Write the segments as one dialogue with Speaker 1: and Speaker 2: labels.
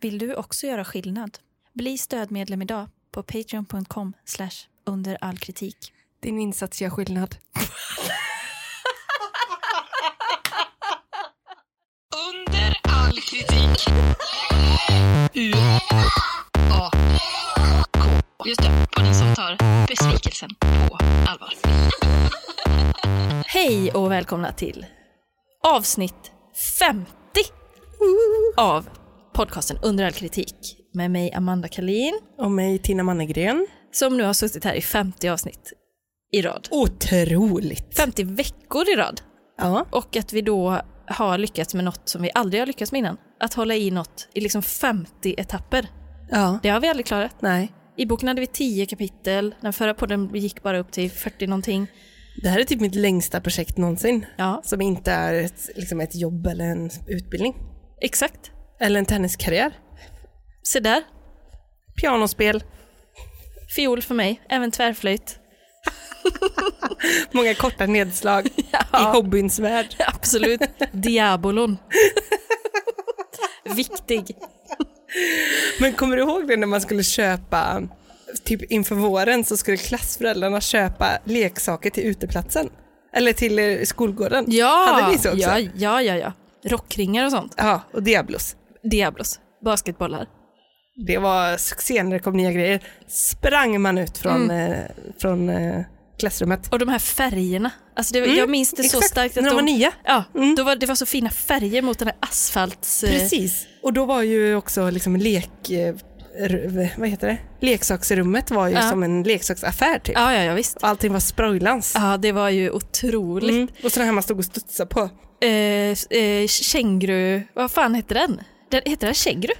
Speaker 1: Vill du också göra skillnad? Bli stödmedlem idag på patreon.com under all kritik.
Speaker 2: Din insats gör skillnad.
Speaker 3: Under all kritik. U A K. Just det, podden som tar besvikelsen på allvar.
Speaker 1: Hej och välkomna till avsnitt 50 av podcasten Under all kritik med mig Amanda Kalin
Speaker 2: Och mig, Tina Mannegren.
Speaker 1: som nu har suttit här i 50 avsnitt i rad.
Speaker 2: Otroligt.
Speaker 1: 50 veckor i rad.
Speaker 2: Ja.
Speaker 1: Och att vi då har lyckats med något som vi aldrig har lyckats med innan. Att hålla i något i liksom 50 etapper.
Speaker 2: Ja.
Speaker 1: Det har vi aldrig klarat.
Speaker 2: Nej.
Speaker 1: I boken hade vi 10 kapitel, den förra podden gick bara upp till 40 någonting.
Speaker 2: Det här är typ mitt längsta projekt någonsin.
Speaker 1: Ja,
Speaker 2: Som inte är ett, liksom ett jobb eller en utbildning.
Speaker 1: exakt.
Speaker 2: Eller en tenniskarriär.
Speaker 1: Se där,
Speaker 2: Pianospel.
Speaker 1: fiol för mig, även tvärflöjt.
Speaker 2: Många korta nedslag i hobbyns värld.
Speaker 1: Absolut. Diabolon. Viktig.
Speaker 2: Men kommer du ihåg det när man skulle köpa, typ inför våren så skulle klassföräldrarna köpa leksaker till uteplatsen. Eller till eh, skolgården.
Speaker 1: Ja,
Speaker 2: Hade ni så också?
Speaker 1: ja, ja, ja, ja. Rockringar och sånt.
Speaker 2: ja och Diablos.
Speaker 1: Diablos. Basketbollar.
Speaker 2: Det var succé när det kom nya grejer. Sprang man ut från, eh, från eh, klassrummet.
Speaker 1: Mm. Och de här färgerna. Alltså det, jag minns det så
Speaker 2: Mm, exakt.
Speaker 1: starkt.
Speaker 2: När de var nya. Mm.
Speaker 1: Ja, då var, det var så fina färger mot den här asfalts... eh,
Speaker 2: Precis. Och då var ju också liksom lek... eh, r- Vad heter det? Leksaksrummet var ju
Speaker 1: Ja.
Speaker 2: som en leksaksaffär typ.
Speaker 1: Ja, ja, ja, visst.
Speaker 2: Och allting var sproilans.
Speaker 1: Ja, det var ju otroligt.
Speaker 2: Mm. Och sådana här man stod och studsade på.
Speaker 1: Eh, eh, känguru... Vad fan hette den? den heter den känguru?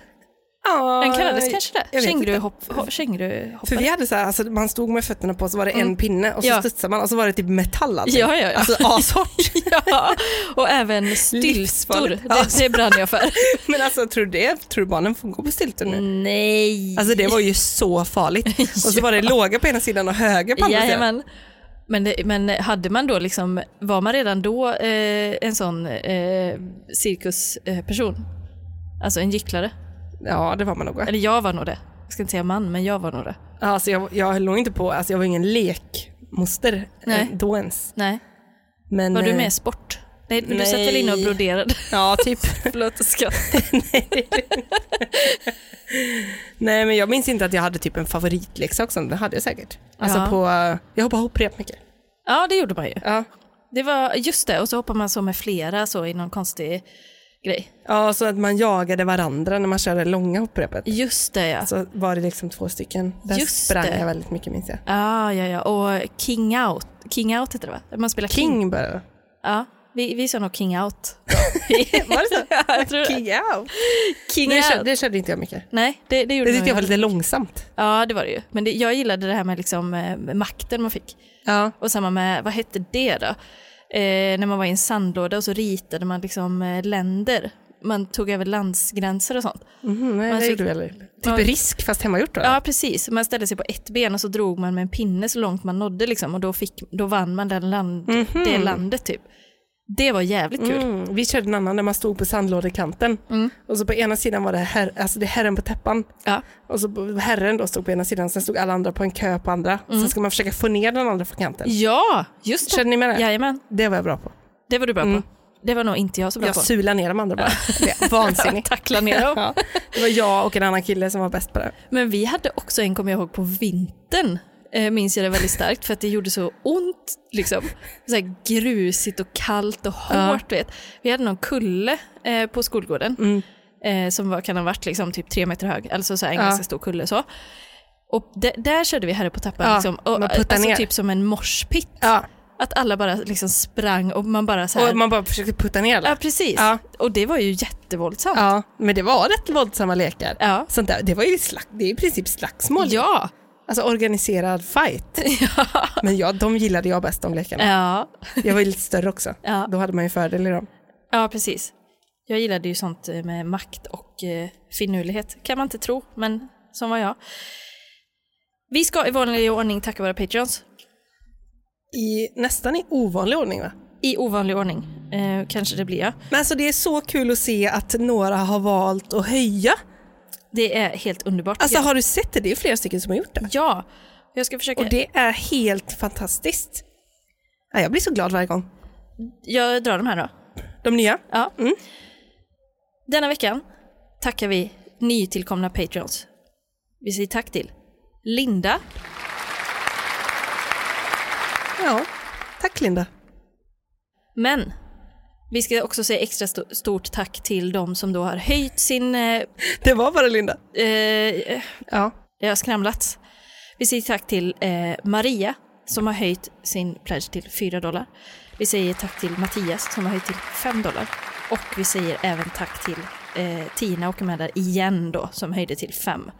Speaker 2: Ja,
Speaker 1: Den kallades kanske
Speaker 2: jag
Speaker 1: det?
Speaker 2: vet inte.
Speaker 1: Känguruhopp... ho-
Speaker 2: För
Speaker 1: Känguruhoppare?
Speaker 2: vi hade så här, alltså man stod med fötterna på så var det en pinne och så
Speaker 1: Mm. Ja.
Speaker 2: studsade man och så var det typ metall allting.
Speaker 1: Ja, ja, ja.
Speaker 2: Alltså ashårt.
Speaker 1: Ja, och även styltor.
Speaker 2: Livsfarligt.
Speaker 1: Det, det brann jag för.
Speaker 2: Men alltså tror du det? Tror du barnen får gå på stiltor nu?
Speaker 1: Nej.
Speaker 2: Alltså det var ju så farligt. Och så var det låga på ena sidan och höga på andra sidan.
Speaker 1: Jajamän. Men, det, men hade man då liksom, var man redan då eh, en sån eh, cirkusperson? Alltså en gycklare?
Speaker 2: Ja det var man nog. va?
Speaker 1: Eller jag var nog det. Jag ska inte säga man, men jag var nog det.
Speaker 2: Ja, Alltså jag, jag höll nog inte på, alltså jag var ingen lekmoster
Speaker 1: Nej.
Speaker 2: eh, då ens.
Speaker 1: Nej.
Speaker 2: Men,
Speaker 1: Var du
Speaker 2: eh,
Speaker 1: med i sport? Nej, du satt väl
Speaker 2: Nej.
Speaker 1: inne och broderade?
Speaker 2: Ja typ.
Speaker 1: Förlåt, jag skrattar.
Speaker 2: Nej men jag minns inte att jag hade typ en favoritleksak som det hade jag säkert. Alltså
Speaker 1: Ja.
Speaker 2: på, eh, jag hoppade ihop rep mycket.
Speaker 1: Ja, det gjorde man ju.
Speaker 2: Ja.
Speaker 1: Det var, just det, och så hoppar man så med flera så i någon konstig grej.
Speaker 2: ja, så att man jagade varandra när man körde långa hopprepet.
Speaker 1: Just det ja.
Speaker 2: Så var det liksom två stycken. Där
Speaker 1: Just
Speaker 2: sprang
Speaker 1: det.
Speaker 2: jag väldigt mycket minns jag.
Speaker 1: Ja, Ah, ja, ja. Och King Out. King Out heter det va? Man spelar King.
Speaker 2: King bara.
Speaker 1: Ja, vi, vi sa nog King Out.
Speaker 2: Var det så?
Speaker 1: Ja, jag tror det.
Speaker 2: King out.
Speaker 1: King
Speaker 2: Det
Speaker 1: Out.
Speaker 2: körde, det körde inte jag mycket.
Speaker 1: Nej, det, det gjorde
Speaker 2: Det tyckte jag
Speaker 1: nog jag.
Speaker 2: var lite långsamt.
Speaker 1: Ja, det var det ju. Men det, jag gillade det här med liksom, eh, makten man fick.
Speaker 2: Ja.
Speaker 1: Och samma med, vad hette det då? Eh, när man var i en sandlåda och så ritade man liksom eh, länder. Man tog över landsgränser och sånt.
Speaker 2: Mhm, nej,
Speaker 1: Man
Speaker 2: det
Speaker 1: fick-
Speaker 2: gjorde jag aldrig. Typ
Speaker 1: man-
Speaker 2: risk fast hemmagjort då?
Speaker 1: Ja, precis. Man ställde sig på ett ben och så drog man med en pinne så långt man nådde liksom, och då, fick, då vann man den land, det landet typ. Det var jävligt kul.
Speaker 2: Mhm. Mm, vi körde en annan där man stod på sandlådekanten och så på ena sidan var det, herr, alltså det är herren på täppan
Speaker 1: Ja.
Speaker 2: och så på- herren då stod på ena sidan sen stod alla andra på en kö på andra. Sen ska man försöka få ner den andra från kanten.
Speaker 1: ja, just det.
Speaker 2: Känner ni med det?
Speaker 1: Jajamän,
Speaker 2: Det var jag bra på.
Speaker 1: det var du bra
Speaker 2: Mm.
Speaker 1: på. Det var nog inte jag så bra
Speaker 2: Jag
Speaker 1: på.
Speaker 2: sulade ner de andra bara. Det är vansinnigt.
Speaker 1: Tackla ner dem.
Speaker 2: Ja, det var jag och en annan kille som var bäst på det.
Speaker 1: Men vi hade också en, kommer jag ihåg, på vintern. Eh, minns jag det väldigt starkt för att det gjorde så ont. Liksom. Så här grusigt och kallt och hårt. Vet. Vi hade någon kulle eh, på skolgården
Speaker 2: Mm.
Speaker 1: eh, som var, kan ha varit liksom, typ tre meter hög. Alltså så här, en
Speaker 2: Ja.
Speaker 1: ganska stor kulle. Så. Och d- där körde vi herre på tappan.
Speaker 2: Ja,
Speaker 1: liksom, och,
Speaker 2: man puttar
Speaker 1: alltså
Speaker 2: ner.
Speaker 1: typ som en morspitt.
Speaker 2: Ja.
Speaker 1: Att alla bara liksom sprang och man bara så här.
Speaker 2: Och man bara försökte putta ner alla.
Speaker 1: ja, precis.
Speaker 2: Ja.
Speaker 1: Och det var ju jättevåldsamt.
Speaker 2: Ja, men det var rätt våldsamma lekar.
Speaker 1: Ja.
Speaker 2: Sånt där, det var ju slack, det är i princip slagsmål.
Speaker 1: ja.
Speaker 2: Alltså organiserad fight. Men ja, de gillade jag bäst de lekarna.
Speaker 1: ja.
Speaker 2: Jag var ju lite större också.
Speaker 1: Ja.
Speaker 2: Då hade man ju fördel i dem.
Speaker 1: Ja, precis. Jag gillade ju sånt eh, med makt och eh, finurlighet. Kan man inte tro, men som var jag. Vi ska i vanlig ordning tacka våra patreons.
Speaker 2: I, nästan i ovanlig ordning va?
Speaker 1: I ovanlig ordning, eh, kanske det blir jag.
Speaker 2: Men alltså det är så kul att se att några har valt att höja
Speaker 1: Det är helt underbart.
Speaker 2: Alltså
Speaker 1: jag,
Speaker 2: har du sett det? Det är flera stycken som har gjort det.
Speaker 1: ja, jag ska försöka.
Speaker 2: Och det är helt fantastiskt. Ja, jag blir så glad varje gång.
Speaker 1: Jag drar de här då.
Speaker 2: De nya?
Speaker 1: Ja.
Speaker 2: Mm.
Speaker 1: Denna veckan tackar vi nytillkomna Patreons. Vi säger tack till Linda,
Speaker 2: Ja. Tack Linda.
Speaker 1: men vi ska också säga extra sto- stort tack till de som då har höjt sin... Eh,
Speaker 2: Det var bara Linda.
Speaker 1: eh,
Speaker 2: Ja.
Speaker 1: jag har skramlat. Vi säger tack till eh, Maria som har höjt sin pledge till 4 dollar. Vi säger tack till Mattias som har höjt till 5 dollar. Och vi säger även tack till eh, Tina och Amanda igen då som höjde till 5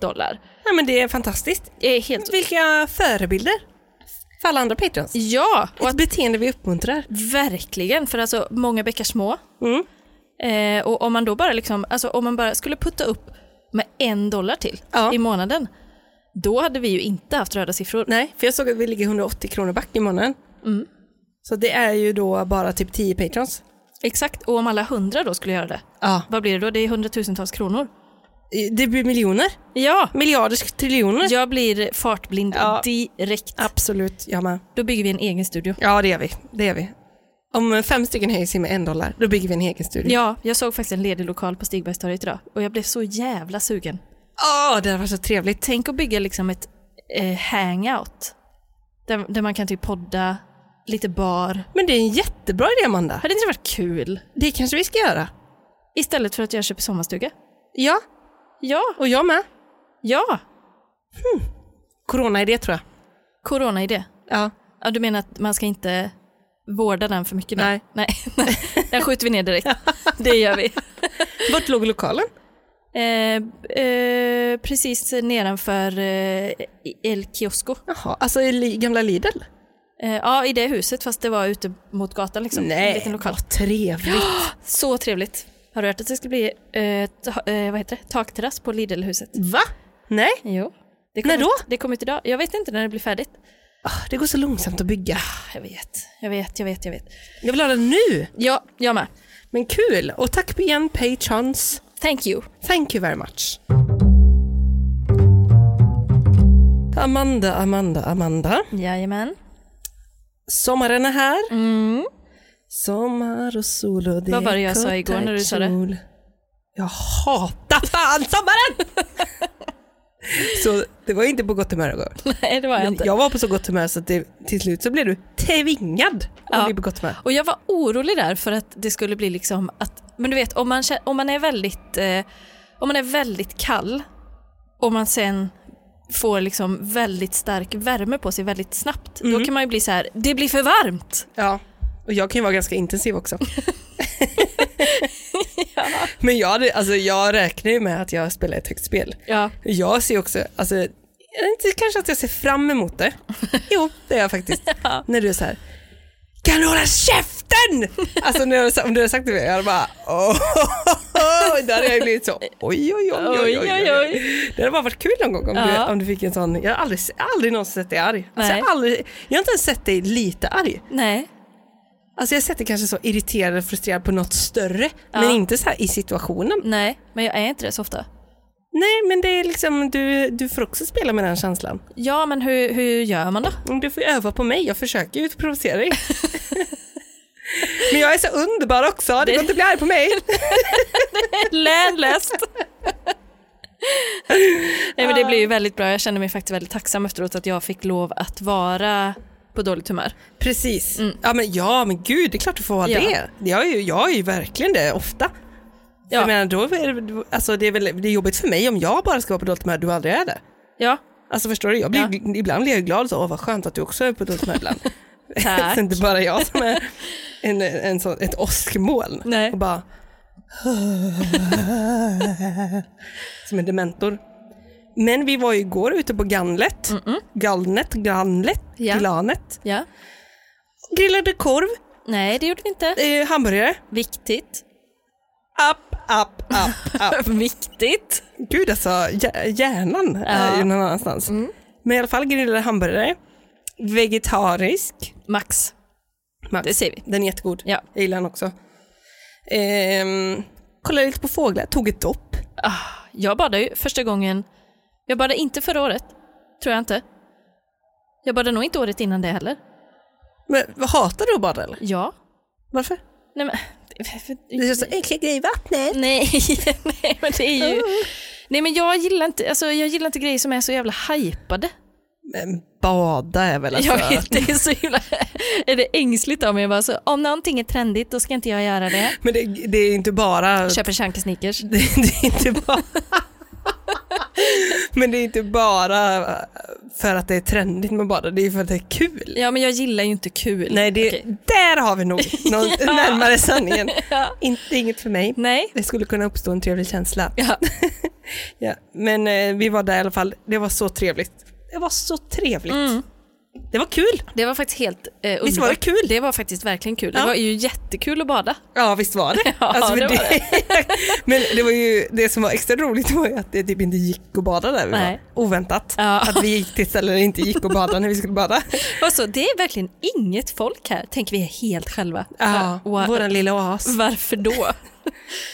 Speaker 1: dollar.
Speaker 2: Nej men det är fantastiskt.
Speaker 1: Det är helt...
Speaker 2: Vilka förebilder för alla andra patrons.
Speaker 1: Ja!
Speaker 2: Och ett beteende vi uppmuntrar.
Speaker 1: Verkligen, för alltså många bäckar små.
Speaker 2: Mm.
Speaker 1: Eh, och om man då bara liksom, alltså om man bara skulle putta upp med en dollar till
Speaker 2: Ja.
Speaker 1: i månaden, då hade vi ju inte haft röda siffror.
Speaker 2: Nej, för jag såg att vi ligger 180 kronor back i månaden.
Speaker 1: Mm.
Speaker 2: Så det är ju då bara typ 10 patrons.
Speaker 1: Exakt, och om alla hundra då skulle göra det,
Speaker 2: Ja.
Speaker 1: vad blir det då? Det är hundratusentals kronor.
Speaker 2: Det blir miljoner.
Speaker 1: Ja!
Speaker 2: Miljarder, triljoner.
Speaker 1: Jag blir fartblind
Speaker 2: Ja. Mm.
Speaker 1: direkt.
Speaker 2: Absolut, jag med.
Speaker 1: Då bygger vi en egen studio.
Speaker 2: Ja, det gör vi. Det gör vi. Om fem stycken höjer sig med en dollar, då bygger vi en egen studio.
Speaker 1: Ja, jag såg faktiskt en ledig lokal på Stigbergstorget idag och jag blev så jävla sugen.
Speaker 2: Åh, det här var så trevligt.
Speaker 1: Tänk att bygga liksom ett eh, hangout, där, där man kan typ podda, lite bar,
Speaker 2: Men det är en jättebra idé, Amanda.
Speaker 1: Hade inte det varit kul?
Speaker 2: Det kanske vi ska göra.
Speaker 1: Istället för att jag köper sommarstuga?
Speaker 2: Ja,
Speaker 1: Ja,
Speaker 2: och jag med.
Speaker 1: ja.
Speaker 2: Corona-idé tror jag.
Speaker 1: Corona-idé.
Speaker 2: Ja.
Speaker 1: Ja, du menar att man ska inte vårda den för mycket? nu?
Speaker 2: Nej.
Speaker 1: Nej, nej. den skjuter vi ner direkt. Det gör vi.
Speaker 2: Vart låg lokalen?
Speaker 1: Eh, eh, precis nedanför eh, El Kiosco.
Speaker 2: Jaha, alltså i Li- gamla Lidl?
Speaker 1: Eh, ja, i det huset, fast det var ute mot gatan liksom. En liten lokal.
Speaker 2: vad trevligt.
Speaker 1: Så trevligt. Har du hört att det ska bli eh, ta, eh, vad heter det? takterrass på Lidl-huset?
Speaker 2: Va? Nej,
Speaker 1: Jo. Det
Speaker 2: När
Speaker 1: kom
Speaker 2: då?
Speaker 1: Ut, det kom ut idag. Jag vet inte när det blir färdigt. Ah,
Speaker 2: Ah, det går så långsamt att bygga.
Speaker 1: Jag vet, jag vet, jag vet, jag vet.
Speaker 2: Jag vill ha den nu.
Speaker 1: Ja, jag med.
Speaker 2: Men kul, och tack igen patrons.
Speaker 1: Thank you.
Speaker 2: Thank you very much. Amanda, Amanda, Amanda.
Speaker 1: Jajamän.
Speaker 2: Sommaren är här. Sommar och sol och
Speaker 1: Mm.
Speaker 2: det
Speaker 1: Vad var det jag
Speaker 2: är
Speaker 1: sa
Speaker 2: kort
Speaker 1: igår när du sa det?
Speaker 2: kjol. Jag hatar fan sommaren! så det var ju inte på gott humör igår.
Speaker 1: Nej, det var jag
Speaker 2: Men
Speaker 1: inte.
Speaker 2: jag var på så gott humör så att det, till slut så blev du tvingad att
Speaker 1: Ja.
Speaker 2: bli på gott humör.
Speaker 1: Och jag var orolig där för att det skulle bli liksom att, men du vet om man, kä- om man är väldigt, eh, om man är väldigt kall och man sen får liksom väldigt stark värme på sig väldigt snabbt, då kan man ju bli så här, det blir för varmt.
Speaker 2: Ja, och jag kan ju vara ganska intensiv också. Men jag, hade- alltså, jag räknar ju med att jag spelar ett högt spel.
Speaker 1: Ja.
Speaker 2: Jag ser också, alltså, jag vet inte kanske att jag ser fram emot det. Jo, det gör jag faktiskt. När du är så här, kan du hålla käften? Alltså när jag, om du hade sagt det till mig, jag hade bara, åh, då hade jag ju blivit så, oj, oj, oj, oj, oj, oj,
Speaker 1: Oj, oj, oj.
Speaker 2: Det hade bara varit kul någon gång om,
Speaker 1: Ja.
Speaker 2: du, om du fick en sån, jag har aldrig, aldrig någonsin sett dig arg. Alltså, jag,
Speaker 1: Nej.
Speaker 2: har aldrig, jag har inte ens sett dig lite arg.
Speaker 1: Nej.
Speaker 2: Alltså jag har sett dig kanske så irriterad och frustrerad på något större, men inte så här i situationen.
Speaker 1: Nej, men jag är inte det så ofta.
Speaker 2: Nej, men det är liksom, du, du får också spela med den känslan.
Speaker 1: Ja, men hur, hur gör man då?
Speaker 2: Mm, Du får öva på mig, jag försöker ju att provocera dig. Men jag är så underbar också, det går inte att bli arg på mig.
Speaker 1: Länläst. Nej, men det blev ju väldigt bra. Jag kände mig faktiskt väldigt tacksam efteråt att jag fick lov att vara på dåligt humör.
Speaker 2: Precis. Mm. Ja, men, ja men gud, det är klart du får vara
Speaker 1: Ja.
Speaker 2: det. Jag är, ju, jag är ju verkligen det ofta.
Speaker 1: Ja.
Speaker 2: Jag menar, då är det, alltså, det, är väl, det är jobbigt för mig om jag bara ska vara på dåligt humör, du aldrig är det.
Speaker 1: Ja,
Speaker 2: Alltså förstår du, jag blir, ibland blir jag glad så, åh vad skönt att du också är på dåligt humör ibland. så
Speaker 1: Tack.
Speaker 2: inte bara jag som är en, en sån, ett åskmoln.
Speaker 1: Nej.
Speaker 2: Och bara... som en dementor. Men vi var ju igår ute på Ganlet. Galnet, Ganlet,
Speaker 1: Ja.
Speaker 2: Glanet.
Speaker 1: ja.
Speaker 2: Grillade korv,
Speaker 1: Nej, det gjorde vi inte.
Speaker 2: eh, hamburgare.
Speaker 1: Viktigt.
Speaker 2: Upp, upp, upp, upp.
Speaker 1: Viktigt.
Speaker 2: Gud alltså, hjär- hjärnan är
Speaker 1: Ja. Mm.
Speaker 2: ju någon annanstans. Men i alla fall grillade hamburgare. Vegetarisk.
Speaker 1: Max.
Speaker 2: Max.
Speaker 1: Det säger vi.
Speaker 2: Den är jättegod.
Speaker 1: Ja.
Speaker 2: Jag gillar den också. Ehm, kollade lite på fåglar, tog ett dopp.
Speaker 1: Ah, jag badade ju första gången. Jag badade inte förra året, tror jag inte. Jag badade nog inte året innan det heller.
Speaker 2: Men vad hatar du att bada eller?
Speaker 1: Ja.
Speaker 2: Varför?
Speaker 1: Nej, men,
Speaker 2: Det är så äckliga grejer i vattnet.
Speaker 1: nej, nej, men Mm. det är ju... Nej, men jag gillar, inte, alltså, jag gillar inte grejer som är så jävla hypade.
Speaker 2: Men bada är väl alltså...
Speaker 1: Jag vet, det är så himla... Är det ängsligt av mig? Jag bara så, om någonting är trendigt, då ska inte jag göra det.
Speaker 2: Men det, det är inte bara... Det,
Speaker 1: Köper Shanke-sneakers.
Speaker 2: det är inte bara... Men det är inte bara för att det är trendigt med bada, det är för att det är kul.
Speaker 1: Ja, men jag gillar ju inte kul.
Speaker 2: Nej, det,
Speaker 1: Okej.
Speaker 2: där har vi nog någon
Speaker 1: Ja.
Speaker 2: närmare sanningen.
Speaker 1: Ja.
Speaker 2: Inte, inget för mig.
Speaker 1: Nej.
Speaker 2: Det skulle kunna uppstå en trevlig känsla.
Speaker 1: Ja.
Speaker 2: Ja, men eh, vi var där i alla fall. Det var så trevligt. Det var så trevligt.
Speaker 1: Mm.
Speaker 2: Det var kul.
Speaker 1: Det var faktiskt helt eh, underbart.
Speaker 2: Visst var det kul?
Speaker 1: Det var faktiskt verkligen kul.
Speaker 2: Ja.
Speaker 1: Det var ju jättekul att bada.
Speaker 2: Ja, visst var det.
Speaker 1: Ja,
Speaker 2: för
Speaker 1: det var
Speaker 2: men det var ju det som var extra roligt var ju att det typ inte gick att bada där vi
Speaker 1: Nej.
Speaker 2: var. Oväntat.
Speaker 1: Ja.
Speaker 2: Att vi gick till ställen där det inte gick att bada när vi skulle bada.
Speaker 1: Och så, det är verkligen inget folk här. Tänk, vi är helt själva.
Speaker 2: Ja,
Speaker 1: Wa-
Speaker 2: våran lilla oas.
Speaker 1: Varför då?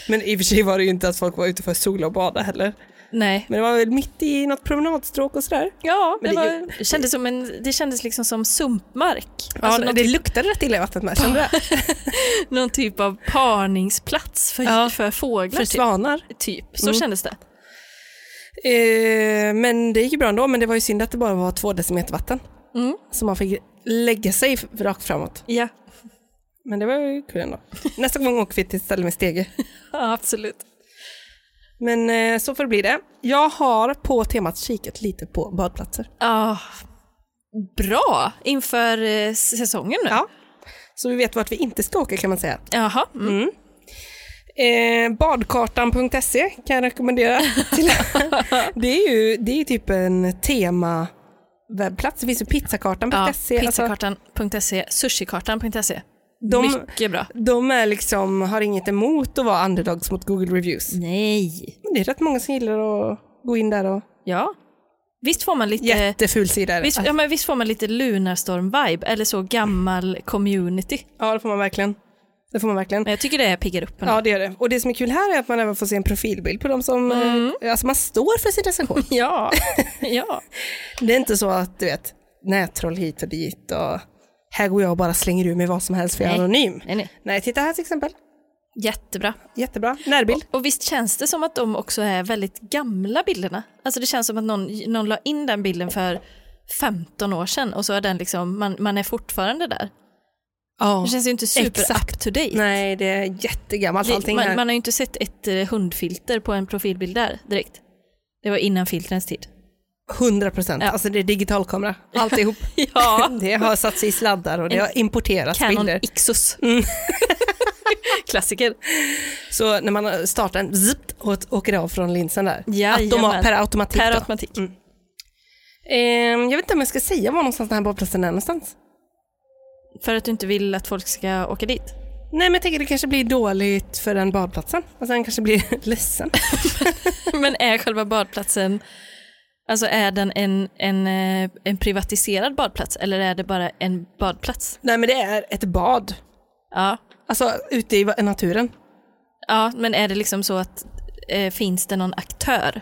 Speaker 2: Men i och för sig var det ju inte att folk var ute för att sola och bada heller.
Speaker 1: Nej.
Speaker 2: Men det var väl mitt i något promenadstråk och sådär.
Speaker 1: Ja, det,
Speaker 2: Men det är
Speaker 1: var, det, kändes som en, det kändes liksom som sumpmark.
Speaker 2: Ja,
Speaker 1: alltså
Speaker 2: det
Speaker 1: någon,
Speaker 2: luktade rätt illa i vattnet med, kände du det?
Speaker 1: typ, någon typ av parningsplats för,
Speaker 2: Ja,
Speaker 1: för fåglar.
Speaker 2: För
Speaker 1: typ.
Speaker 2: svanar.
Speaker 1: typ. Så
Speaker 2: Mm.
Speaker 1: kändes det.
Speaker 2: Eh, men det gick ju bra ändå, men det var ju synd att det bara var två decimeter vatten.
Speaker 1: Mm.
Speaker 2: Så man fick lägga sig f- rakt framåt.
Speaker 1: Ja.
Speaker 2: Men det var ju kul ändå. Nästa gång åker vi till ett ställe med stege.
Speaker 1: ja, absolut.
Speaker 2: Men eh, så får det bli det. Jag har på temat kikat lite på badplatser.
Speaker 1: Ja. Ah, Bra inför eh, säsongen nu.
Speaker 2: Ja. Så vi vet vart vi inte ska åka kan man säga.
Speaker 1: Jaha. Mm.
Speaker 2: Eh, badkartan.se E kan jag rekommendera. Till. det är ju det är typ en tema webbplats. Det finns ju
Speaker 1: Ja,
Speaker 2: pizzakartan.se. Alltså,
Speaker 1: pizzakartan.se, sushikartan.se.
Speaker 2: de,
Speaker 1: E. Mycket bra.
Speaker 2: de är liksom, har inget emot att vara underdogs mot Google Reviews.
Speaker 1: Nej.
Speaker 2: Men det är rätt många som gillar att gå in där och...
Speaker 1: Ja. Visst får man lite...
Speaker 2: Jätteful sida är det.
Speaker 1: Eh, Visst, ja, men visst får man lite Lunarstorm-vibe, eller så gammal community.
Speaker 2: Ja, det får man verkligen. Det får man verkligen.
Speaker 1: Men jag tycker det piggar upp en.
Speaker 2: Ja, det gör det. Och det som är kul här är att man även får se en profilbild på de som... eh, Alltså man står för sin recension.
Speaker 1: Mm. ja. ja.
Speaker 2: Det är inte så att, du vet, nättroll hit och dit och här går jag och bara slänger ur mig vad som helst för jag är
Speaker 1: Nej.
Speaker 2: anonym.
Speaker 1: Nej, nej.
Speaker 2: Nej, titta här till exempel.
Speaker 1: Jättebra.
Speaker 2: Jättebra. Närbild.
Speaker 1: Och visst känns det som att de också är väldigt gamla bilderna? Alltså det känns som att någon, någon la in den bilden för 15 år sedan och så är den liksom, man, man är fortfarande där.
Speaker 2: Ja.
Speaker 1: Det känns ju inte super
Speaker 2: Exakt.
Speaker 1: up to date.
Speaker 2: Nej, det är jättegammalt
Speaker 1: Det,
Speaker 2: allting
Speaker 1: man,
Speaker 2: här.
Speaker 1: man har ju inte sett ett eh, hundfilter på en profilbild där direkt. Det var innan filtrens tid.
Speaker 2: 100 procent. Alltså det är digitalkamera. Alltihop.
Speaker 1: Ja,
Speaker 2: Det har satt sig i sladdar och det har importerats
Speaker 1: Canon
Speaker 2: bilder. Mm.
Speaker 1: Ixus. Klassiker.
Speaker 2: Så när man startar den, zipp, och åker det av från linsen där.
Speaker 1: Jajamän.
Speaker 2: Automat, per automatik.
Speaker 1: Per
Speaker 2: då.
Speaker 1: automatik.
Speaker 2: Mm. Ehm, jag vet inte om jag ska säga var någonstans den här badplatsen är någonstans.
Speaker 1: För att du inte vill att folk ska åka dit.
Speaker 2: Nej men jag tänker det kanske blir dåligt för den badplatsen. Och sen kanske blir ledsen.
Speaker 1: Men är själva badplatsen, alltså är den en, en, eh, en privatiserad badplats eller är det bara en badplats?
Speaker 2: Nej men det är ett bad.
Speaker 1: Ja,
Speaker 2: Alltså ute i va- naturen.
Speaker 1: ja men är det liksom så att eh, finns det någon aktör?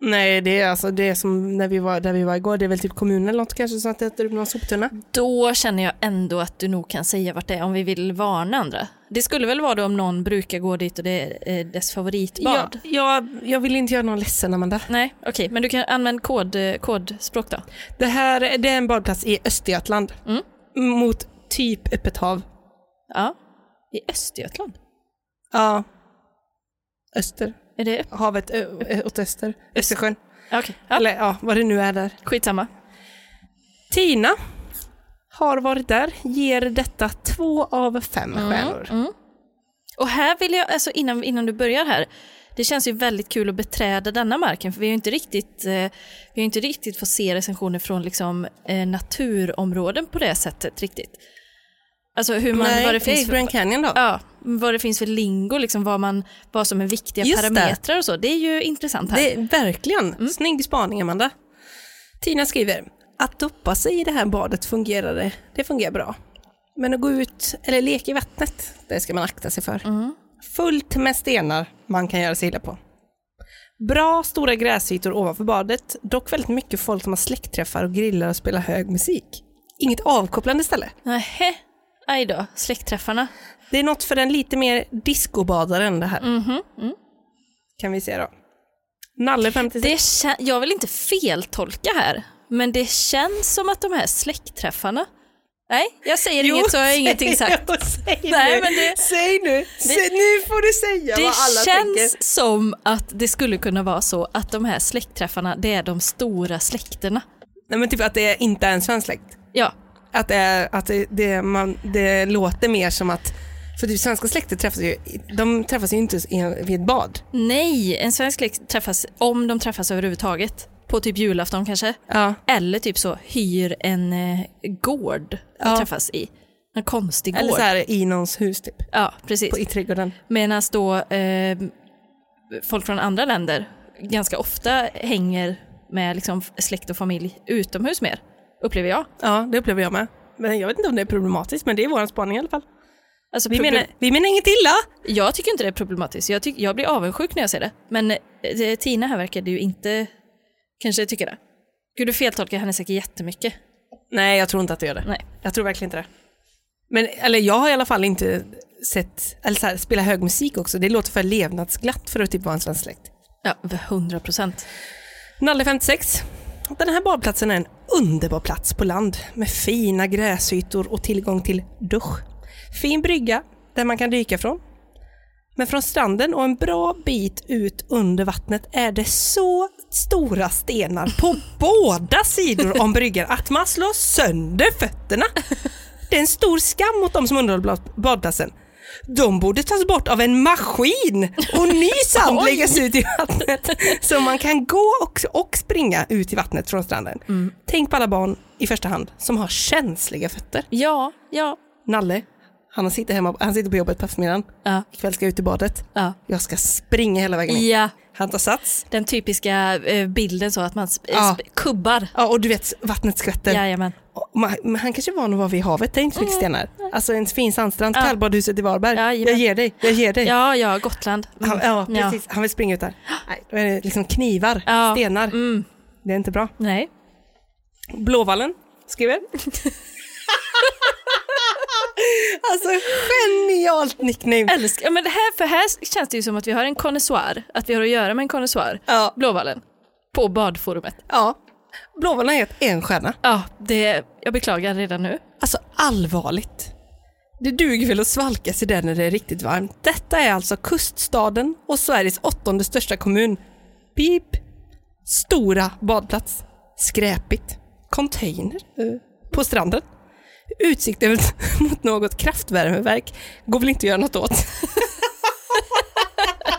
Speaker 2: Nej det är alltså det är som när vi var där vi var igår. Det är väl typ kommunen eller något kanske som äter upp någon soptunna.
Speaker 1: Då känner jag ändå att du nog kan säga vart det är om vi vill varna andra. Det skulle väl vara då om någon brukar gå dit och det är eh, dess favoritbad?
Speaker 2: Ja, jag, jag vill inte göra någon ledsen Amanda.
Speaker 1: Nej, okej, men du kan använda kod, eh, kodspråk då.
Speaker 2: Det här det är en badplats i Östergötland.
Speaker 1: Mm.
Speaker 2: Mot typ öppet hav.
Speaker 1: Ja. I Östergötland?
Speaker 2: Ja. Öster.
Speaker 1: Är det upp?
Speaker 2: Havet ö, ö, åt öster. Östersjön.
Speaker 1: Ja, Okej, ja,
Speaker 2: Eller ja, vad det nu är där.
Speaker 1: skitsamma.
Speaker 2: Tina har varit där. Ger detta två av fem stjärnor.
Speaker 1: Och här vill jag, alltså innan, innan du börjar här, det känns ju väldigt kul att beträda denna marken för vi har ju inte riktigt, eh, vi har ju inte riktigt fått se recensioner från liksom, eh, naturområden på det sättet riktigt. Alltså hur man,
Speaker 2: Nej,
Speaker 1: vad det
Speaker 2: det
Speaker 1: finns
Speaker 2: är Grand Canyon då.
Speaker 1: Ja, vad det finns för lingo, liksom vad, man, vad som är viktiga
Speaker 2: Just det.
Speaker 1: parametrar och så. Det är ju intressant här. Mm.
Speaker 2: Det är verkligen snygg spaning, Amanda. Tina skriver, att doppa sig i det här badet fungerade, det fungerar bra. Men att gå ut eller leka i
Speaker 1: Mm.
Speaker 2: vattnet, det ska man akta sig för. Fullt med stenar man kan göra sig illa på. Bra stora gräsytor ovanför badet, dock väldigt mycket folk som har släktträffar och grillar och spelar hög musik. Inget avkopplande ställe.
Speaker 1: Nähä. Aj då, släktträffarna.
Speaker 2: Det är något för den lite mer discobadaren det här.
Speaker 1: Mhm. Mm.
Speaker 2: Kan vi se då. Nalle 56.
Speaker 1: Det kä- jag vill inte feltolka här, men det känns som att de här släktträffarna... Nej, jag säger inget så har jag ingenting sagt.
Speaker 2: Jo, säg nu.
Speaker 1: Nej, men det-
Speaker 2: Säg nu. Säg, nu får du säga
Speaker 1: Det
Speaker 2: vad alla
Speaker 1: känns
Speaker 2: tänker.
Speaker 1: som att det skulle kunna vara så att de här släktträffarna, det är de stora släkterna.
Speaker 2: Nej, men typ att det inte är en svensk släkt.
Speaker 1: Ja,
Speaker 2: Att, det, är, att det, det, man, det låter mer som att... För det svenska släktet träffas ju, de träffas ju inte i- vid ett bad.
Speaker 1: nej, en svensk släkt träffas, om de träffas överhuvudtaget, på typ julafton kanske.
Speaker 2: Ja.
Speaker 1: Eller typ så, hyr en eh, gård att
Speaker 2: Ja.
Speaker 1: träffas i. En konstig
Speaker 2: Eller
Speaker 1: gård.
Speaker 2: så här i någons hus typ,
Speaker 1: ja, precis.
Speaker 2: på, i trädgården.
Speaker 1: Medan då eh, folk från andra länder ganska ofta hänger med liksom släkt och familj utomhus mer, upplever jag.
Speaker 2: Ja, det upplever jag med. Men jag vet inte om det är problematiskt, men det är vår spaning i alla fall.
Speaker 1: Alltså,
Speaker 2: Vi
Speaker 1: problem-
Speaker 2: menar, vi menar inget illa!
Speaker 1: Jag tycker inte det är problematiskt. Jag, tyck- jag blir avundsjuk när jag ser det. Men eh, det- Tina här verkade ju inte kanske tycka det. Gud, du feltolkar henne säkert jättemycket.
Speaker 2: Nej, jag tror inte att det gör det.
Speaker 1: Nej.
Speaker 2: Jag tror verkligen inte det. Men, eller jag har i alla fall inte sett, eller så här, spela hög musik också. Det låter för levnadsglatt för att typ vara en svensk släkt.
Speaker 1: Ja, över 100 procent.
Speaker 2: Nalle 56. Den här badplatsen är en underbar plats på land med fina gräsytor och tillgång till dusch. Fin brygga där man kan dyka från. Men från stranden och en bra bit ut under vattnet är det så stora stenar på båda sidor om bryggan att man slår sönder fötterna. Det är en stor skam mot de som underhåller badplatsen. De borde tas bort av en maskin och ny sand
Speaker 1: Oj.
Speaker 2: läggas ut i vattnet. Så man kan gå och, och springa ut i vattnet från stranden.
Speaker 1: Mm.
Speaker 2: Tänk på alla barn i första hand som har känsliga fötter.
Speaker 1: Ja, ja,
Speaker 2: Nalle, han sitter, hemma, han sitter på jobbet på eftermiddagen.
Speaker 1: ja,
Speaker 2: Ikväll ska jag ut i badet.
Speaker 1: ja.
Speaker 2: Jag ska springa hela vägen in.
Speaker 1: Ja,
Speaker 2: Han tar sats.
Speaker 1: den typiska eh, bilden så att man sp-
Speaker 2: Ja.
Speaker 1: sp- kubbar.
Speaker 2: Ja, och du vet, vattnet skvätter.
Speaker 1: Jajamän.
Speaker 2: Och man- Men han kanske är van att vara vid havet, det är inte så mycket stenar. Alltså en fin sandstrand,
Speaker 1: Mm. Ja.
Speaker 2: kallbadhuset i Varberg.
Speaker 1: Ja, jajamän.
Speaker 2: jag ger dig, jag ger dig.
Speaker 1: Ja, ja, Gotland. Mm.
Speaker 2: Han, ja, precis. Han vill springa ut där. Nej, då är det liksom knivar,
Speaker 1: Ja.
Speaker 2: stenar.
Speaker 1: Mm.
Speaker 2: Det är inte bra.
Speaker 1: Nej.
Speaker 2: Blåvallen skriver. alltså genialt nickname.
Speaker 1: Älskar, ja, men det här, för här känns det ju som att vi har en konnässör, att vi har att göra med en konnässör.
Speaker 2: Ja,
Speaker 1: Blåvallen. På badforumet.
Speaker 2: ja. Blåvallen har gett en stjärna.
Speaker 1: Ja, det, jag beklagar redan nu.
Speaker 2: Alltså allvarligt. Det duger väl att svalka sig där när det är riktigt varmt. Detta är alltså kuststaden och Sveriges åttonde största kommun. Pip. Stora badplats. Skräpigt. Container. eh, På stranden. Utsikt över mot något kraftvärmeverk går väl inte att göra något åt.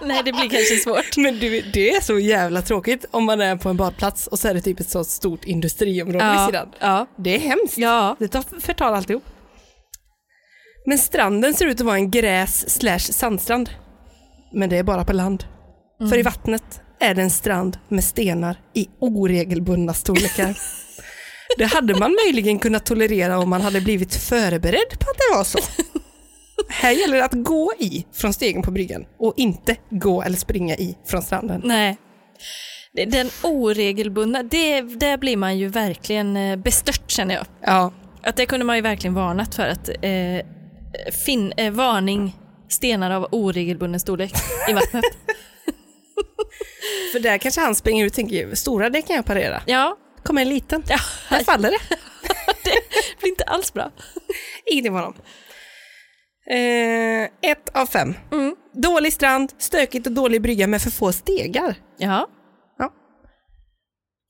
Speaker 1: Nej, det blir kanske svårt.
Speaker 2: Men du, det är så jävla tråkigt om man är på en badplats och så är det typ ett så stort industriområde vid sidan.
Speaker 1: ja,
Speaker 2: Det är hemskt.
Speaker 1: ja.
Speaker 2: Det tar förtal alltihop. Men stranden ser ut att vara en gräs slash sandstrand. Men det är bara på land.
Speaker 1: Mm.
Speaker 2: För i vattnet är det en strand med stenar i oregelbundna storlekar. det hade man möjligen kunnat tolerera om man hade blivit förberedd på att det var så. Här gäller det att gå i från stegen på bryggan och inte gå eller springa i från stranden.
Speaker 1: Nej. Det- Den oregelbundna, det, där blir man ju verkligen eh, bestört känner jag.
Speaker 2: Ja,
Speaker 1: Att det kunde man ju verkligen varnat för att eh, fin, eh, varning stenar av oregelbunden storlek i vattnet.
Speaker 2: för där kanske han springer ut och tänker stora det kan jag parera.
Speaker 1: Ja,
Speaker 2: Kommer en liten,
Speaker 1: ja,
Speaker 2: här faller det.
Speaker 1: det blir inte alls bra.
Speaker 2: Ingenting var dem. Eh, ett av fem.
Speaker 1: Mm.
Speaker 2: Dålig strand, stökigt och dålig brygga med för få stegar.
Speaker 1: Ja,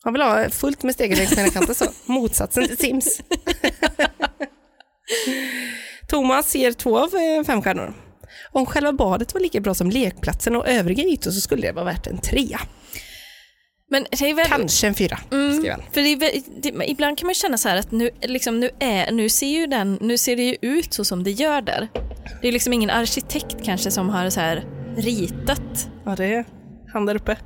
Speaker 2: Han vill ha fullt med stegar längs mina kanter så. Motsatsen till Sims. Thomas ger två av eh, fem stjärnor. Om själva badet var lika bra som lekplatsen och övriga ytor så skulle det vara värt en trea.
Speaker 1: men det är väl...
Speaker 2: Kanske en fyra,
Speaker 1: Mm.
Speaker 2: skriver han.
Speaker 1: För det är, väl- det, men ibland kan man ju känna så här att nu, liksom, nu, är, nu, ser ju den, nu ser det ju ut så som det gör där. Det är liksom ingen arkitekt kanske som har så här ritat
Speaker 2: Ja, det är han där uppe.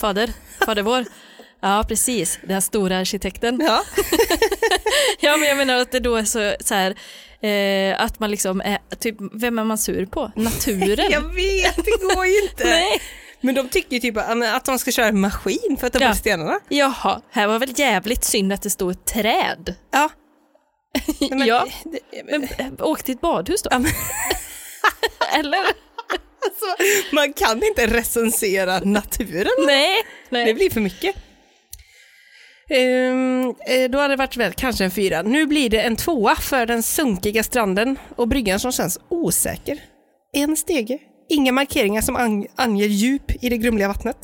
Speaker 1: fader, fader vår. Ja, precis. Den stora arkitekten.
Speaker 2: Ja.
Speaker 1: Ja, men jag menar att det då är så, så här, eh, att man liksom är, typ, vem är man sur på? Naturen?
Speaker 2: Jag vet, det går ju inte.
Speaker 1: Nej.
Speaker 2: Men de tycker ju typ att att de ska köra en maskin för att ta
Speaker 1: Ja.
Speaker 2: bort stenarna.
Speaker 1: Jaha, här var väl jävligt synd att det stod ett träd.
Speaker 2: Ja. Nej, men-
Speaker 1: ja,
Speaker 2: det- det-
Speaker 1: men eh, åk till ett badhus då.
Speaker 2: Ja, men-
Speaker 1: Eller?
Speaker 2: alltså, man kan inte recensera naturen.
Speaker 1: Nej. Nej.
Speaker 2: Det blir för mycket. Ehm, eh, då hade det varit väl kanske en fyra. Nu blir det en tvåa för den sunkiga stranden och bryggan som känns osäker. En stege, inga markeringar som ang- anger djup i det grumliga vattnet.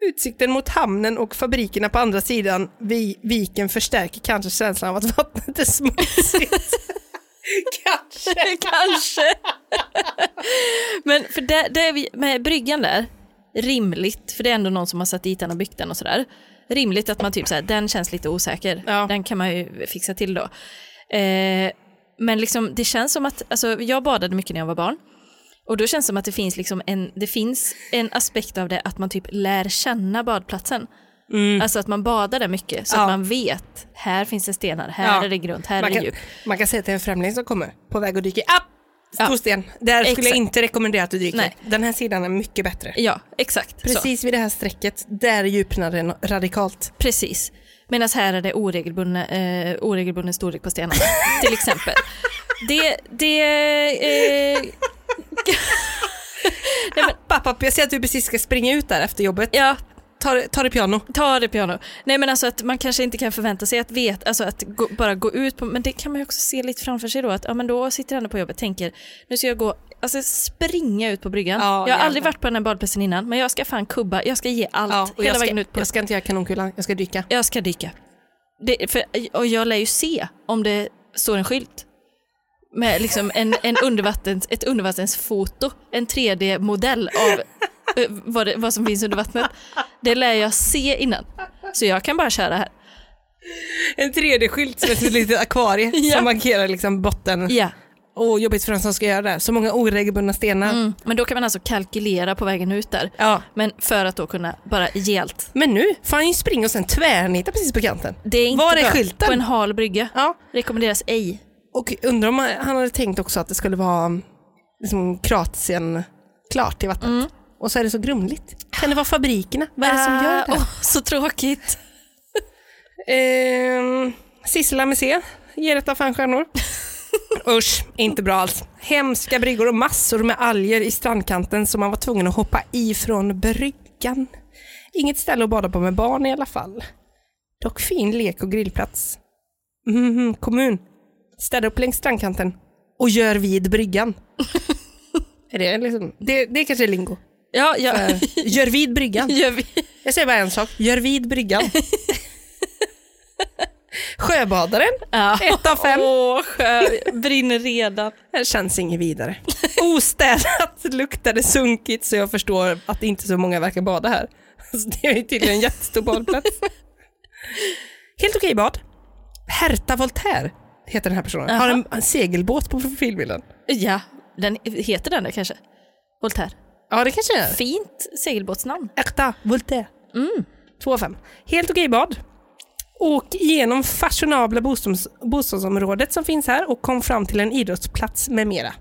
Speaker 2: Utsikten mot hamnen och fabrikerna på andra sidan vi- viken förstärker kanske känslan av att vattnet är smutsigt. kanske.
Speaker 1: Kanske. Men för det, det är vi, med bryggan där, rimligt, för det är ändå någon som har satt dit den och byggt den och sådär. Rimligt att man typ såhär, den känns lite osäker,
Speaker 2: Ja.
Speaker 1: den kan man ju fixa till då. Eh, men liksom, det känns som att, alltså, jag badade mycket när jag var barn. Och då känns det som att det finns, liksom en, det finns en aspekt av det att man typ lär känna badplatsen. Alltså att man badar där mycket så
Speaker 2: Mm. Ja.
Speaker 1: att man vet, här finns det stenar, här
Speaker 2: Ja.
Speaker 1: är det grunt, här är
Speaker 2: Man
Speaker 1: det
Speaker 2: kan,
Speaker 1: djup.
Speaker 2: man kan säga till en främling som kommer på väg och dyker. App!
Speaker 1: Ja.
Speaker 2: Stor sten. Där skulle jag
Speaker 1: Exakt.
Speaker 2: inte rekommendera att du dyker.
Speaker 1: Nej.
Speaker 2: Den här sidan är mycket bättre.
Speaker 1: Ja, exakt. Så.
Speaker 2: Precis vid det här strecket, där djupnar den radikalt.
Speaker 1: Precis. Medan här är det oregelbundna, eh, oregelbunden storlek på stenarna, till exempel. Det... det eh,
Speaker 2: App, app, app. Jag ser att du precis ska springa ut där efter jobbet.
Speaker 1: ja,
Speaker 2: Ta, det- ta det piano.
Speaker 1: ta det piano. Nej men alltså att man kanske inte kan förvänta sig att veta, alltså att gå, bara gå ut på, men det kan man ju också se lite framför sig då att ja men då sitter han på jobbet och tänker nu ska jag gå, alltså springa ut på bryggan.
Speaker 2: Ja,
Speaker 1: jag har
Speaker 2: jävlar.
Speaker 1: aldrig varit på den här badplatsen innan men jag ska fan kubba, jag ska ge allt
Speaker 2: och
Speaker 1: hela
Speaker 2: jag,
Speaker 1: vägen
Speaker 2: ska,
Speaker 1: ut på
Speaker 2: jag ska inte göra kanonkulan, jag ska dyka.
Speaker 1: Jag ska dyka. Det, för, och jag lär ju se om det står en skylt med liksom en, en undervattens, ett undervattensfoto, en 3D-modell av eh, vad, det, vad som finns under vattnet. Det lär jag se innan. Så jag kan bara köra här.
Speaker 2: En 3D-skylt som ett litet akvarie
Speaker 1: Ja.
Speaker 2: som markerar liksom botten.
Speaker 1: Ja.
Speaker 2: Åh, jobbigt för den som ska göra det här. Så många oregelbundna stenar.
Speaker 1: Mm. Men då kan man alltså kalkylera på vägen ut där.
Speaker 2: Ja.
Speaker 1: Men för att då kunna bara ge allt.
Speaker 2: Men nu får han ju springa och sen tvärnita precis på kanten.
Speaker 1: Det är inte
Speaker 2: Var är
Speaker 1: bra.
Speaker 2: skylten?
Speaker 1: På en hal brygga.
Speaker 2: Ja.
Speaker 1: Rekommenderas ej.
Speaker 2: Och undrar om han hade tänkt också att det skulle vara liksom, Kroatien klart i vattnet. Och så är det så grumligt. Kan det vara fabrikerna? Vad är det som gör det
Speaker 1: Ah,
Speaker 2: här?
Speaker 1: åh, så tråkigt.
Speaker 2: Ehm, Sissela Messé ger ett av fem stjärnor. Usch, inte bra alls. Hemska bryggor och massor med alger i strandkanten som man var tvungen att hoppa i från bryggan. Inget ställe att bada på med barn i alla fall. Dock fin lek och grillplats. Mhm, kommun. Städa upp längs strandkanten och gör vid bryggan. är det, liksom, det, det är kanske är lingo.
Speaker 1: Ja, ja.
Speaker 2: Eh, Gör vid bryggan.
Speaker 1: Gör vi.
Speaker 2: Jag säger bara en sak, gör vid bryggan. Sjöbadaren,
Speaker 1: Ja.
Speaker 2: ett av fem.
Speaker 1: Åh, sjö, brinner redan.
Speaker 2: Det känns inget vidare. Ostädat, luktade sunkigt så jag förstår att inte så många verkar bada här. Så det är ju tydligen en jättestor badplats. Helt okej bad. Herta Voltaire heter den här personen. Har en, en segelbåt på profilbilden.
Speaker 1: Ja, den, heter den där kanske? Voltaire.
Speaker 2: Ja, det kanske är.
Speaker 1: Fint segelbåtsnamn.
Speaker 2: Erta Voltaire. Två av fem. Helt okej bad. Åk igenom fashionabla bostads bostadsområdet som finns här och kom fram till en idrottsplats med mera.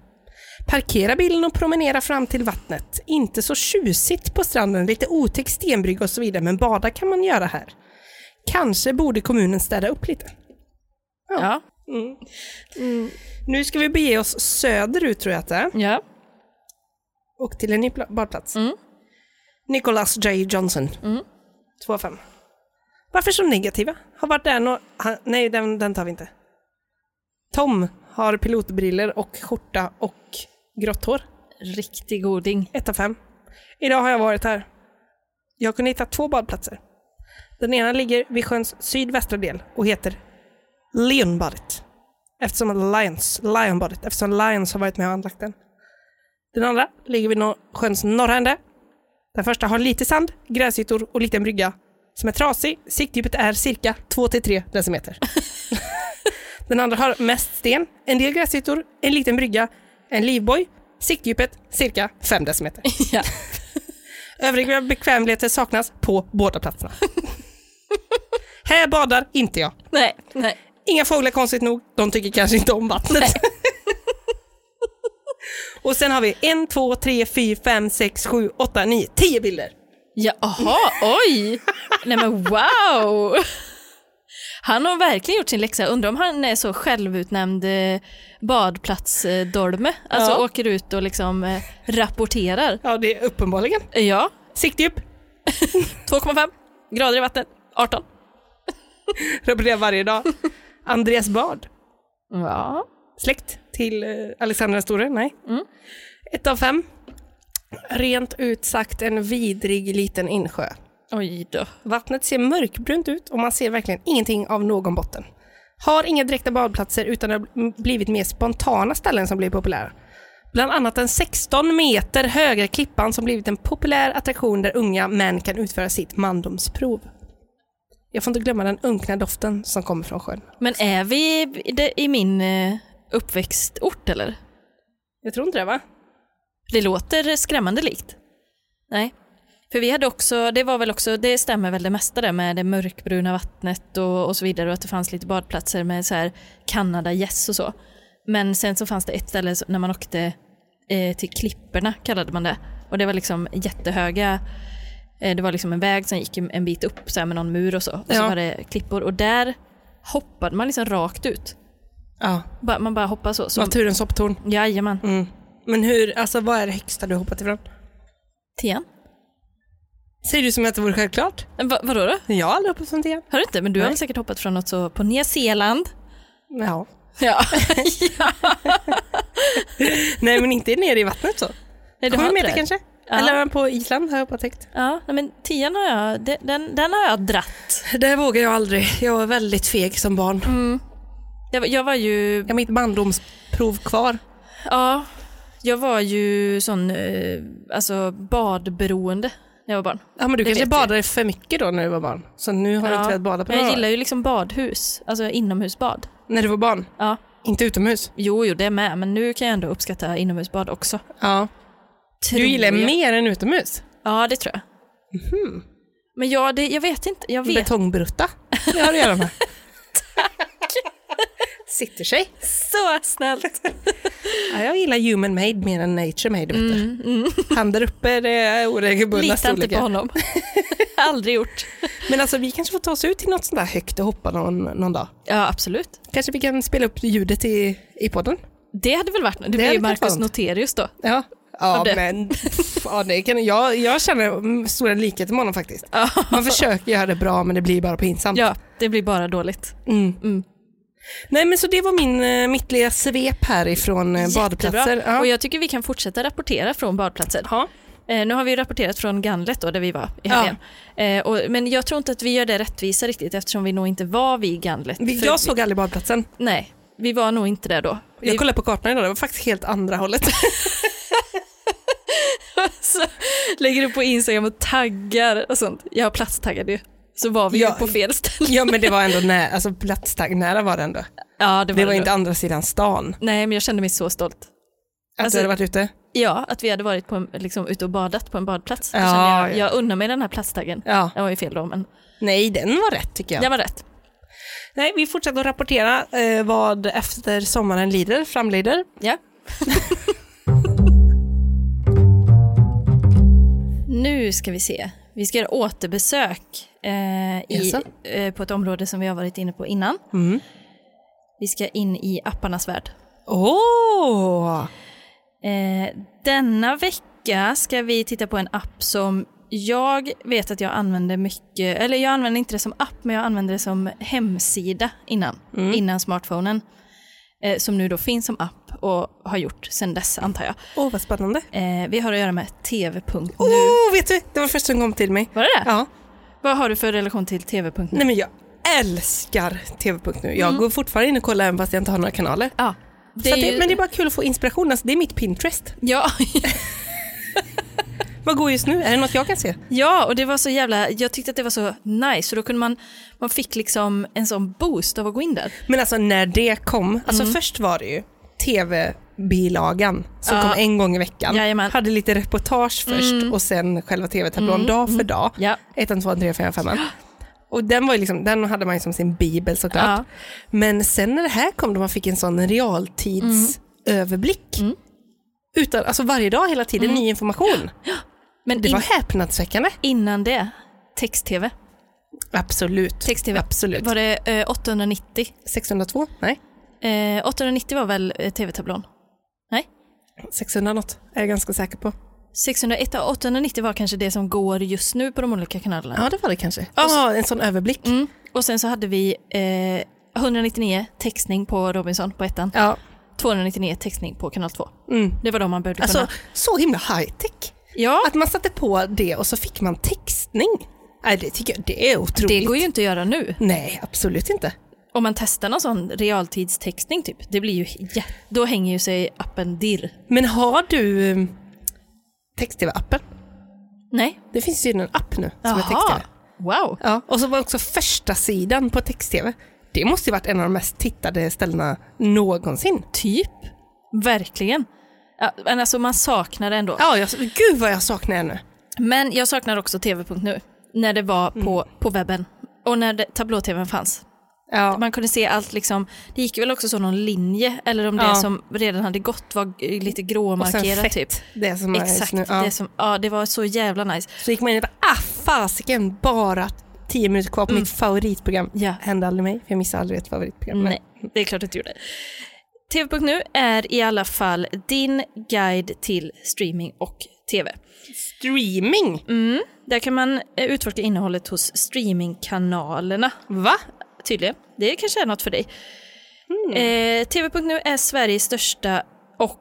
Speaker 2: Parkera bilen och promenera fram till vattnet. Inte så tjusigt på stranden, lite otäck stenbrygga och så vidare, men bada kan man göra här. Kanske borde kommunen städa upp lite.
Speaker 1: Ja.
Speaker 2: Nu ska vi bege oss söderut tror jag att det är,
Speaker 1: ja.
Speaker 2: och till en ny pla- badplats. Nicholas J Johnson. Två av fem. Varför så negativa? Har varit där några... han- Nej, den, den tar vi inte. Tom har pilotbriller och skjorta och grått hår.
Speaker 1: Riktig goding.
Speaker 2: Ett av fem. Idag har jag varit här. Jag kunde hitta två badplatser. Den ena ligger vid sjöns sydvästra del och heter Leonbadet. Eftersom att Lions, Lionbadet, eftersom Lions har varit med och anlagt den. Den andra ligger vid nor- sjöns norra ände. Den första har lite sand, gräsytor och liten brygga som är trasig. Siktdjupet är cirka 2-3 decimeter. Den andra har mest sten, en del gräsytor, en liten brygga, en livboj, siktdjupet cirka 5 decimeter.
Speaker 1: Ja.
Speaker 2: Övriga bekvämligheter saknas på båda platserna. Här badar inte jag.
Speaker 1: Nej, nej.
Speaker 2: Inga fåglar konstigt nog, de tycker kanske inte om vattnet. Och sen har vi en, två, tre, fyra, fem, sex, sju, åtta, nio, tio bilder.
Speaker 1: Jaha, oj! Nej men wow! Han har verkligen gjort sin läxa. Undrar om han är så självutnämnd eh, badplatsdolme. Alltså
Speaker 2: Ja.
Speaker 1: åker ut och liksom eh, rapporterar.
Speaker 2: Ja, det är uppenbarligen.
Speaker 1: Ja,
Speaker 2: Siktdjup,
Speaker 1: 2,5 grader i vattnet, 18.
Speaker 2: rapporterar varje dag. Andreas Bard,
Speaker 1: Ja.
Speaker 2: släkt till eh, Alexander den store, nej. Ett av fem. Rent ut sagt en vidrig liten insjö.
Speaker 1: Oj då.
Speaker 2: Vattnet ser mörkbrunt ut och man ser verkligen ingenting av någon botten. Har inga direkta badplatser utan det har bl- blivit mer spontana ställen som blivit populära. Bland annat den 16 meter höga klippan som blivit en populär attraktion där unga män kan utföra sitt mandomsprov. Jag får inte glömma den unkna doften som kommer från sjön.
Speaker 1: Men är vi i, det- i min eh, uppväxtort eller?
Speaker 2: Jag tror inte det va?
Speaker 1: Det låter skrämmande likt. Nej. För vi hade också, det var väl också, det stämmer väl det mesta där med det mörkbruna vattnet och, och så vidare och att det fanns lite badplatser med så här Kanada-gäss och så. Men sen så fanns det ett ställe så- när man åkte eh, till klipporna kallade man det. Och det var liksom jättehöga, eh, det var liksom en väg som gick en en bit upp så här med någon mur och så. Och så
Speaker 2: Ja.
Speaker 1: var det klippor och där hoppade man liksom rakt ut.
Speaker 2: Ja.
Speaker 1: Ba- Man bara hoppade så. så
Speaker 2: Naturens hopptorn.
Speaker 1: jajamän.
Speaker 2: Mm. Men hur, alltså vad är det högsta du hoppat ifrån?
Speaker 1: Tian?
Speaker 2: Säger du som att det vore självklart?
Speaker 1: Eh, Va, vadå då?
Speaker 2: Jag har aldrig hoppat från det.
Speaker 1: Har du inte? Men du har
Speaker 2: Nej.
Speaker 1: väl säkert hoppat från något så på Nya Zeeland?
Speaker 2: Ja.
Speaker 1: Ja.
Speaker 2: Nej men inte nere i vattnet så.
Speaker 1: Nej, du har
Speaker 2: Sju
Speaker 1: inte
Speaker 2: meter
Speaker 1: det.
Speaker 2: kanske?
Speaker 1: Ja.
Speaker 2: Eller på Island har jag upptäckt.
Speaker 1: Ja, nej, men tian har jag, de- den, den har jag dratt.
Speaker 2: Det vågar jag aldrig. Jag var väldigt feg som barn.
Speaker 1: Jag, var- jag var ju,
Speaker 2: Mm. Jag har mitt barndomsprov kvar.
Speaker 1: ja, jag var ju sån, eh, alltså badberoende när jag var barn.
Speaker 2: Ja, men du kanske
Speaker 1: vet
Speaker 2: badade för mycket då när du var barn. Så nu har du inte
Speaker 1: Ja.
Speaker 2: velat bada på
Speaker 1: Men
Speaker 2: några
Speaker 1: jag
Speaker 2: år.
Speaker 1: gillar ju liksom badhus, alltså inomhusbad.
Speaker 2: När du var barn.
Speaker 1: Ja.
Speaker 2: Inte utomhus.
Speaker 1: Jo, jo, det med, men nu kan jag ändå uppskatta inomhusbad också.
Speaker 2: Ja.
Speaker 1: Tror
Speaker 2: Du gillar Mhm.
Speaker 1: jag.
Speaker 2: mer än utomhus.
Speaker 1: Ja, det tror jag. Men ja, det, jag vet inte, jag vet
Speaker 2: Betongbrutta. Det har du att göra med. Sitter sig.
Speaker 1: så snällt.
Speaker 2: Ja, jag gillar human made mer än nature made. Vet du. Han där uppe det är oregelbundna
Speaker 1: Lita inte på
Speaker 2: storlekar.
Speaker 1: honom. Aldrig gjort.
Speaker 2: Men alltså vi kanske får ta oss ut till något sånt där högt och hoppa någon, någon dag.
Speaker 1: Ja, absolut.
Speaker 2: Kanske vi kan spela upp ljudet i, i podden?
Speaker 1: Det hade väl varit Det, det blir
Speaker 2: hade
Speaker 1: ju
Speaker 2: kanske varit
Speaker 1: Marcus
Speaker 2: något.
Speaker 1: Noterius då.
Speaker 2: Ja. Ja,
Speaker 1: Av det.
Speaker 2: men ja, det kan, jag, jag känner mm, stora likheter med honom faktiskt. Man försöker göra det bra men det blir bara pinsamt.
Speaker 1: Ja, det blir bara dåligt.
Speaker 2: Mm.
Speaker 1: Mm.
Speaker 2: Nej men så det var min, eh, mitt lilla svep här ifrån eh, badplatser.
Speaker 1: Jättebra.
Speaker 2: Ja.
Speaker 1: Och jag tycker vi kan fortsätta rapportera från badplatser.
Speaker 2: Ja.
Speaker 1: Eh, nu har vi ju rapporterat från Ganlet då, där vi var i helgen. Eh, och, men jag tror inte att vi gör det rättvisa riktigt eftersom vi nog inte var vid Ganlet.
Speaker 2: Vi-
Speaker 1: För-
Speaker 2: jag såg aldrig badplatsen.
Speaker 1: Nej, vi var nog inte där då.
Speaker 2: Jag
Speaker 1: Vi,
Speaker 2: kollade på kartan idag, det var faktiskt helt andra hållet.
Speaker 1: så, lägger upp på Instagram och taggar och sånt. Jag platstaggade ju. Så var vi
Speaker 2: Ja.
Speaker 1: ju på fel ställe.
Speaker 2: ja men det var ändå nära, alltså platstag, nära var det ändå.
Speaker 1: Ja, det var,
Speaker 2: Det var
Speaker 1: det
Speaker 2: inte
Speaker 1: då.
Speaker 2: andra sidan stan.
Speaker 1: Nej, men jag kände mig så stolt.
Speaker 2: Att
Speaker 1: Alltså-
Speaker 2: du hade varit ute.
Speaker 1: Ja, att vi hade varit på en, liksom, ute och badat på en badplats. Då
Speaker 2: Ja,
Speaker 1: kände jag,
Speaker 2: ja.
Speaker 1: jag unnar mig den här plasttaggen.
Speaker 2: Ja.
Speaker 1: Det var ju fel då, men
Speaker 2: Nej, den var rätt tycker jag.
Speaker 1: det var rätt.
Speaker 2: Nej, vi fortsätter att rapportera eh, vad efter sommaren lider, framlider.
Speaker 1: Ja. nu ska vi se. Vi ska göra återbesök eh, i,
Speaker 2: Jaså?
Speaker 1: eh, på ett område som vi har varit inne på innan.
Speaker 2: Mm.
Speaker 1: Vi ska in i apparnas värld.
Speaker 2: Åh!
Speaker 1: Eh, denna vecka ska vi titta på en app som jag vet att jag använde mycket, eller jag använde inte det som app, men jag använde det som hemsida innan,
Speaker 2: Mm.
Speaker 1: innan smartphonen. Eh, som nu då finns som app och har gjort sedan dess antar jag.
Speaker 2: Åh, vad spännande.
Speaker 1: Eh, vi har att göra med tv.nu.
Speaker 2: Åh, vet du? Det var första som kom till mig.
Speaker 1: Var det det?
Speaker 2: Oh! Ja.
Speaker 1: Vad har du för relation till tv.nu?
Speaker 2: Nej, men jag älskar TV.nu. Jag går fortfarande in och kollar även fast jag inte har några kanaler.
Speaker 1: Ja,
Speaker 2: Mm. Det
Speaker 1: det
Speaker 2: Så att
Speaker 1: är
Speaker 2: det,
Speaker 1: ju...
Speaker 2: Men det är bara kul att få inspiration. Alltså, det är mitt Pinterest.
Speaker 1: ja,
Speaker 2: Vad går just nu? Är det något jag kan se?
Speaker 1: ja, och det var så jävla... Jag tyckte att det var så nice, och då kunde man... Man fick liksom en sån boost av att gå in där.
Speaker 2: Men alltså när det kom, alltså först var det ju tv-bilagan som
Speaker 1: Ja.
Speaker 2: kom en gång i veckan.
Speaker 1: Jajamän.
Speaker 2: Hade lite reportage först och sen själva tv-tablån dag för dag.
Speaker 1: Ja.
Speaker 2: Ettan, tvåan, trean, fyran, femman. Och den, var ju liksom, den hade man ju som sin bibel såklart.
Speaker 1: Ja.
Speaker 2: Men sen när det här kom då man fick en sån realtidsöverblick. Utan, alltså varje dag, hela tiden, ny information.
Speaker 1: Men
Speaker 2: Det
Speaker 1: in,
Speaker 2: var häpnadsväckande.
Speaker 1: innan det, text-tv.
Speaker 2: Absolut.
Speaker 1: Text-tv.
Speaker 2: Absolut.
Speaker 1: Var det eh, 890?
Speaker 2: 602? Nej,
Speaker 1: Eh, 890 var väl eh, tv-tablån?
Speaker 2: 600 något är jag ganska säker på.
Speaker 1: 601 och 890 var kanske det som går just nu på de olika kanalerna.
Speaker 2: Ja, det var det kanske. Ja, en sån överblick.
Speaker 1: Mm. Och sen så hade vi eh, 199 textning på Robinson på ettan.
Speaker 2: Ja.
Speaker 1: 299 textning på kanal 2.
Speaker 2: Mm.
Speaker 1: Det var de man behövde
Speaker 2: Alltså,
Speaker 1: kunna.
Speaker 2: så himla high tech.
Speaker 1: Ja,
Speaker 2: Att man satte på det och så fick man textning. Nej, det tycker jag det är otroligt.
Speaker 1: det går ju inte att göra nu.
Speaker 2: Nej, absolut inte.
Speaker 1: Om man testar någon sån realtidstextning typ, det blir ju jä- Då hänger ju sig appen dirr.
Speaker 2: Men har du um, text-tv-appen?
Speaker 1: Nej.
Speaker 2: Det finns ju en app nu som är text-tv.
Speaker 1: Wow.
Speaker 2: Ja, och så var också första sidan på text-tv. Det måste ju varit en av de mest tittade ställena någonsin.
Speaker 1: Typ. Verkligen. Ja, men alltså man saknar det ändå.
Speaker 2: Ja, jag, gud vad jag saknar henne.
Speaker 1: Men jag saknar också tv.nu. När det var på,
Speaker 2: Mm.
Speaker 1: på webben. Och när det- tablå-tvn fanns.
Speaker 2: Ja.
Speaker 1: Man kunde se allt liksom. Det gick väl också så någon linje. Eller om det
Speaker 2: Ja.
Speaker 1: som redan hade gått var eh, lite gråmarkerat typ.
Speaker 2: Det som är
Speaker 1: Exakt.
Speaker 2: just nu. Ja.
Speaker 1: Det, som, ja, det var så jävla nice.
Speaker 2: Så gick man in och bara, ah fasiken, bara tio minuter kvar på mitt favoritprogram.
Speaker 1: Ja.
Speaker 2: Hände aldrig mig, för jag missade aldrig ett favoritprogram.
Speaker 1: Nej, det är klart att du gjorde. TV.nu är i alla fall din guide till streaming och TV.
Speaker 2: Streaming?
Speaker 1: Där kan man eh, utforska innehållet hos streamingkanalerna.
Speaker 2: Va?
Speaker 1: Tydligen. Det kanske är något för dig. Eh, TV.nu är Sveriges största och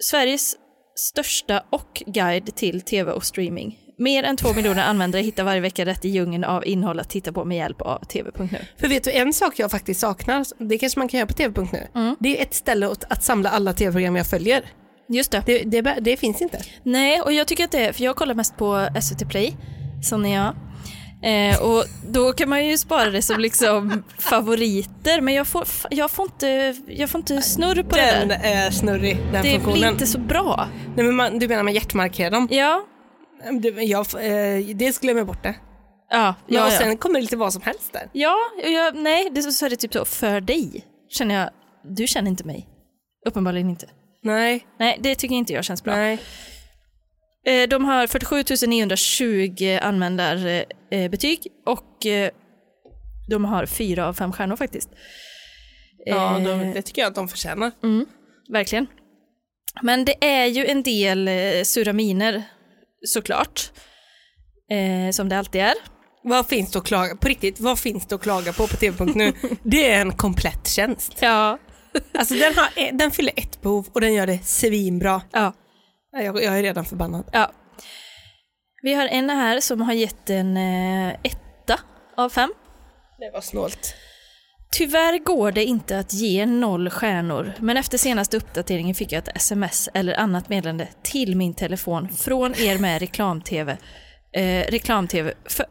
Speaker 1: Sveriges största och guide till TV och streaming. Mer än två miljoner användare hittar varje vecka rätt i djungeln av innehåll att titta på med hjälp av TV.nu.
Speaker 2: För vet du, en sak jag faktiskt saknar, det kanske man kan göra på tv.nu, det är ett ställe att, att samla alla tv-program jag följer.
Speaker 1: Just det.
Speaker 2: Det, det, bä- det finns inte.
Speaker 1: Nej, och jag tycker att det är, för jag kollar mest på SVT Play, som ni gör. Eh, och då kan man ju spara det som liksom favoriter, men jag får, f- jag får, inte, jag får inte snurr på det där.
Speaker 2: är eh, snurrig, den
Speaker 1: Det blir
Speaker 2: funktionen.
Speaker 1: inte så bra.
Speaker 2: Nej, men man, du menar man hjärtmarkerar dem?
Speaker 1: Ja,
Speaker 2: Det, jag, eh, dels glömmer jag bort det.
Speaker 1: ja,
Speaker 2: Men,
Speaker 1: ja.
Speaker 2: och
Speaker 1: ja.
Speaker 2: sen kommer det lite vad som helst där.
Speaker 1: ja jag, nej, det, så är det typ så, för dig känner jag, du känner inte mig. Uppenbarligen inte.
Speaker 2: Nej,
Speaker 1: Nej, det tycker inte jag känns bra.
Speaker 2: nej.
Speaker 1: Eh, De har 47 920 användarbetyg och eh, de har fyra av fem stjärnor faktiskt.
Speaker 2: Ja,
Speaker 1: Eh,
Speaker 2: de, det tycker jag att de förtjänar.
Speaker 1: Verkligen. Men det är ju en del eh, sura miner såklart. Eh, som det alltid är.
Speaker 2: Vad finns det att klaga på? riktigt, vad finns det att klaga på på tv.nu? det är en komplett tjänst.
Speaker 1: Ja.
Speaker 2: Alltså den, har, den fyller ett behov och den gör det svinbra.
Speaker 1: ja.
Speaker 2: Nej, Jag, jag är redan förbannad.
Speaker 1: ja. Vi har en här som har gett en eh, etta av fem.
Speaker 2: Det var snålt.
Speaker 1: Tyvärr går det inte att ge noll stjärnor, men efter senaste uppdateringen fick jag ett sms eller annat meddelande till min telefon från er med reklam-tv, eh, reklam-tv för,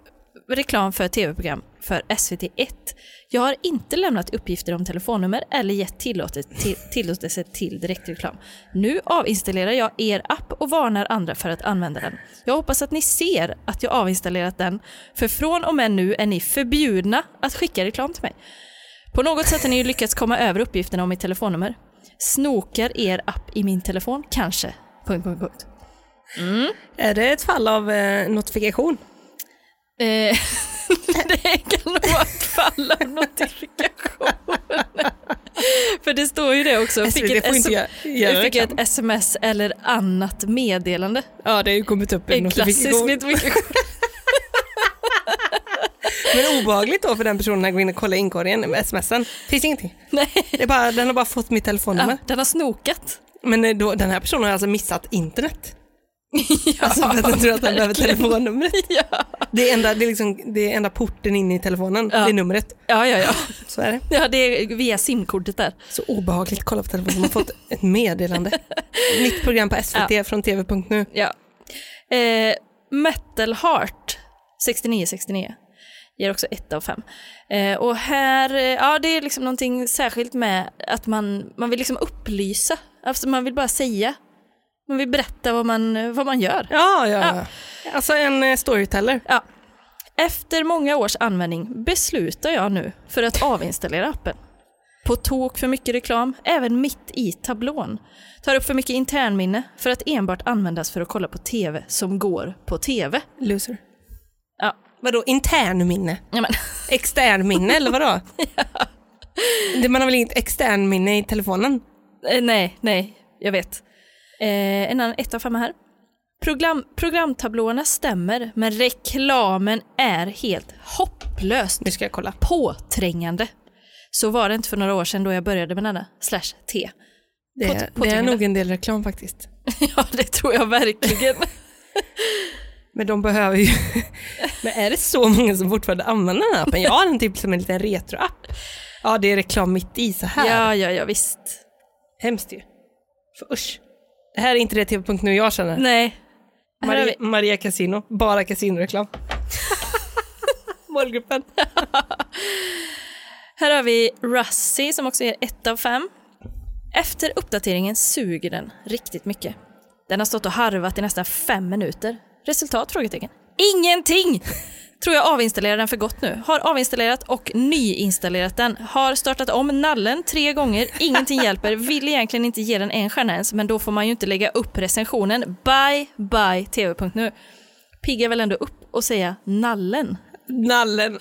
Speaker 1: reklam för tv-program för SVT1. Jag har inte lämnat uppgifter om telefonnummer eller gett tillåtelse till, tillåtelse till direktreklam. Nu avinstallerar jag er app och varnar andra för att använda den. Jag hoppas att ni ser att jag avinstallerat den, för från och med nu är ni förbjudna att skicka reklam till mig. På något sätt har ni ju lyckats komma över uppgifterna om mitt telefonnummer. Snokar er app i min telefon, kanske? Punkt, punkt, punkt.
Speaker 2: Är det ett fall av eh, notifikation?
Speaker 1: Eh, det kan nog vara ett fall av notifikation. För det står ju det också.
Speaker 2: SVT Alltså, får
Speaker 1: ett
Speaker 2: inte
Speaker 1: SM
Speaker 2: göra- göra liksom.
Speaker 1: jag fick
Speaker 2: reklam.
Speaker 1: ett sms eller annat meddelande.
Speaker 2: Ja, det har ju kommit upp en
Speaker 1: En klassisk
Speaker 2: notifikation.
Speaker 1: notifikation.
Speaker 2: Men obehagligt då för den personen att gå in och kolla inkorgen med smsen. Finns ingenting.
Speaker 1: Nej,
Speaker 2: Det är bara, den har bara fått mitt telefonnummer.
Speaker 1: ja, den har snokat.
Speaker 2: Men eh, då, den här personen har alltså missat internet. Alltså för att den tror att den behöver
Speaker 1: verkligen.
Speaker 2: telefonnumret.
Speaker 1: Ja,
Speaker 2: Det är enda, det är liksom, det är enda porten in i telefonen, det är numret.
Speaker 1: ja, ja. ja.
Speaker 2: Så är det.
Speaker 1: ja det är via simkortet där.
Speaker 2: Så obehagligt att kolla på telefonen, man har fått ett meddelande. Nytt program på SVT från tv.nu.
Speaker 1: Ja. Eh, Metal Heart 6969 ger också ett av fem. Eh, och här, eh, ja det är liksom någonting särskilt med att man, man vill liksom upplysa. Alltså man vill bara säga. Man vill berätta vad man, eh, vad man gör.
Speaker 2: Ja, ja, ja. Alltså en eh, storyteller.
Speaker 1: Ja. Efter många års användning beslutar jag nu för att avinstallera appen. På tok för mycket reklam, även mitt i tablån. Tar upp för mycket internminne för att enbart användas för att kolla på TV som går på TV.
Speaker 2: Loser.
Speaker 1: Ja,
Speaker 2: Vadå internminne?
Speaker 1: ja men,
Speaker 2: Externminne eller vadå? Det- Man har väl inget externminne i telefonen?
Speaker 1: eh, nej, nej, jag vet. Eh, en annan, ett av fem här. Program, programtablåerna stämmer, men reklamen är helt hopplöst
Speaker 2: Nu ska jag kolla.
Speaker 1: påträngande. Så var det inte för några år sedan då jag började med denna slash T.
Speaker 2: Det,
Speaker 1: På-
Speaker 2: är- det är
Speaker 1: påträngande.
Speaker 2: nog en del reklam faktiskt.
Speaker 1: Ja, det tror jag verkligen.
Speaker 2: Men de behöver ju... Men är det så många som fortfarande använder den här appen? Jag har den typ som en liten retroapp. Ja, det är reklam mitt i så här.
Speaker 1: ja, ja, ja, visst.
Speaker 2: Hemskt ju. För usch. Det här är inte det tv.nu jag känner.
Speaker 1: Nej. Här har
Speaker 2: Maria,
Speaker 1: vi-
Speaker 2: Maria Casino, bara kasinoreklam. Målgruppen.
Speaker 1: Här har vi Russi som också ger 1 av 5. Efter uppdateringen suger den riktigt mycket. Den har stått och harvat i nästan fem minuter. Resultat? Frågetecken. Ingenting! Tror jag avinstallerar den för gott nu. Har avinstallerat och nyinstallerat den. Har startat om nallen tre gånger. Ingenting hjälper. Vill egentligen inte ge den en stjärna ens, men då får man ju inte lägga upp recensionen. Bye, bye, tv.nu. Piggar väl ändå upp och säga nallen.
Speaker 2: Nallen.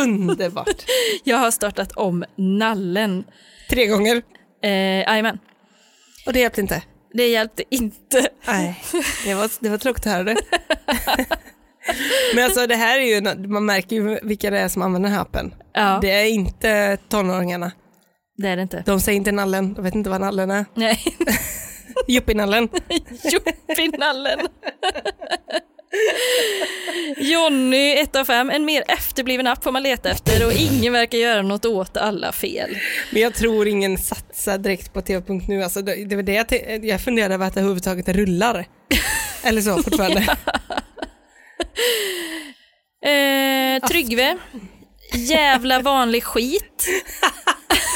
Speaker 2: Underbart.
Speaker 1: Jag har startat om nallen.
Speaker 2: Tre gånger.
Speaker 1: Eh, Jajamän,
Speaker 2: Och det hjälpte inte.
Speaker 1: det hjälpte inte.
Speaker 2: Nej, det var, det var tråkigt att höra det. Men alltså det här är ju, en- man märker ju vilka det är som använder den här appen.
Speaker 1: Ja.
Speaker 2: Det är inte tonåringarna.
Speaker 1: Det är det inte.
Speaker 2: De säger inte nallen, de vet inte vad nallen är.
Speaker 1: Nej,
Speaker 2: Yuppie-nallen.
Speaker 1: Joppinallen. Jonny, 1 av 5. En mer efterbliven app får man leta efter och ingen verkar göra något åt alla fel.
Speaker 2: Men jag tror ingen satsar direkt på tv.nu. Alltså det, det var det jag, te- jag funderade över att det överhuvudtaget rullar. Eller så fortfarande.
Speaker 1: Eh, Tryggve, jävla vanlig skit.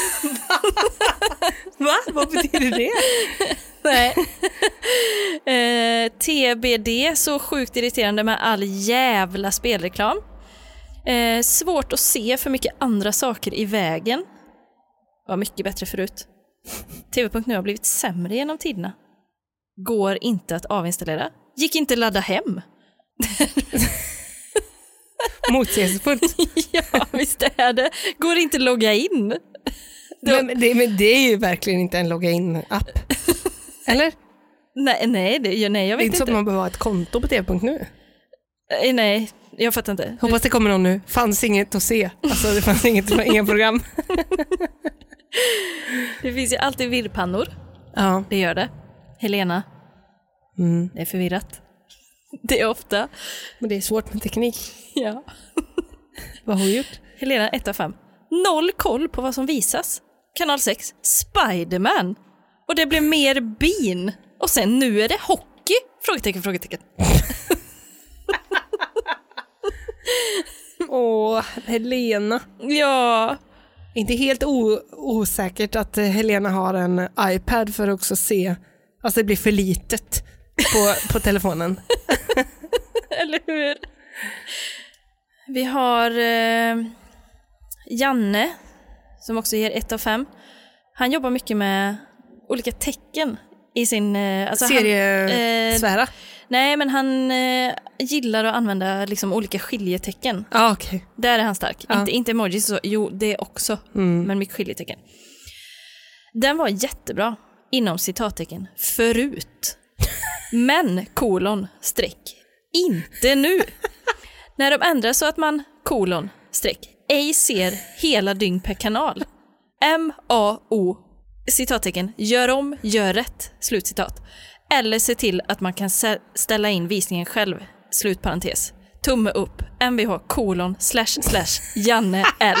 Speaker 2: Va? Vad betyder det?
Speaker 1: Nej. Eh, TBD, så sjukt irriterande med all jävla spelreklam. Eh, svårt att se för mycket andra saker i vägen. Var mycket bättre förut. TV.nu har blivit sämre genom tiderna. Går inte att avinstallera. Gick inte ladda hem.
Speaker 2: Motsägelsefullt.
Speaker 1: ja, visst är det. Går inte logga in.
Speaker 2: Men, men det, men det är ju verkligen inte en logga in-app. Eller?
Speaker 1: Nej, nej, det, ja, nej jag
Speaker 2: Det
Speaker 1: vet
Speaker 2: är
Speaker 1: inte.
Speaker 2: inte så att man behöver ha ett konto på tv.nu.
Speaker 1: Eh, Nej, jag fattar inte.
Speaker 2: Hoppas det kommer någon nu. Fanns inget att se. Alltså det fanns inget, inga program.
Speaker 1: Det finns ju alltid virrpannor.
Speaker 2: Ja.
Speaker 1: Det gör det. Helena. Det är förvirrat. Mm. Det är ofta.
Speaker 2: Men det är svårt med teknik.
Speaker 1: Ja.
Speaker 2: Vad har hon gjort?
Speaker 1: Helena 1 av 5. Noll koll på vad som visas. Kanal 6. Spiderman. Och det blev mer bin. Och sen nu är det hockey? Frågetecken, frågetecken.
Speaker 2: Åh, Helena.
Speaker 1: Ja.
Speaker 2: Inte helt o- osäkert att eh, Helena har en iPad för att också se. Alltså det blir för litet på, på telefonen.
Speaker 1: Eller hur? Vi har eh, Janne, som också ger 1 av 5. Han jobbar mycket med olika tecken i sin... Eh, alltså han- eh,
Speaker 2: Seriesfära?
Speaker 1: Nej, men han eh, gillar att använda liksom, olika skiljetecken.
Speaker 2: Ja, okej.
Speaker 1: Där är han stark.
Speaker 2: Ja.
Speaker 1: Inte, inte emojis och så, jo det också, men mycket skiljetecken. Den var jättebra, inom citattecken, förut. Men, kolon, streck, inte nu. När de ändrar så att man, kolon, streck, ej ser hela dygn per kanal. M-A-O, citattecken, gör om, gör rätt, slutcitat. Eller se till att man kan sä- ställa in visningen själv, slutparentes. Tumme upp, mvh, kolon, slash, slash, Janne L.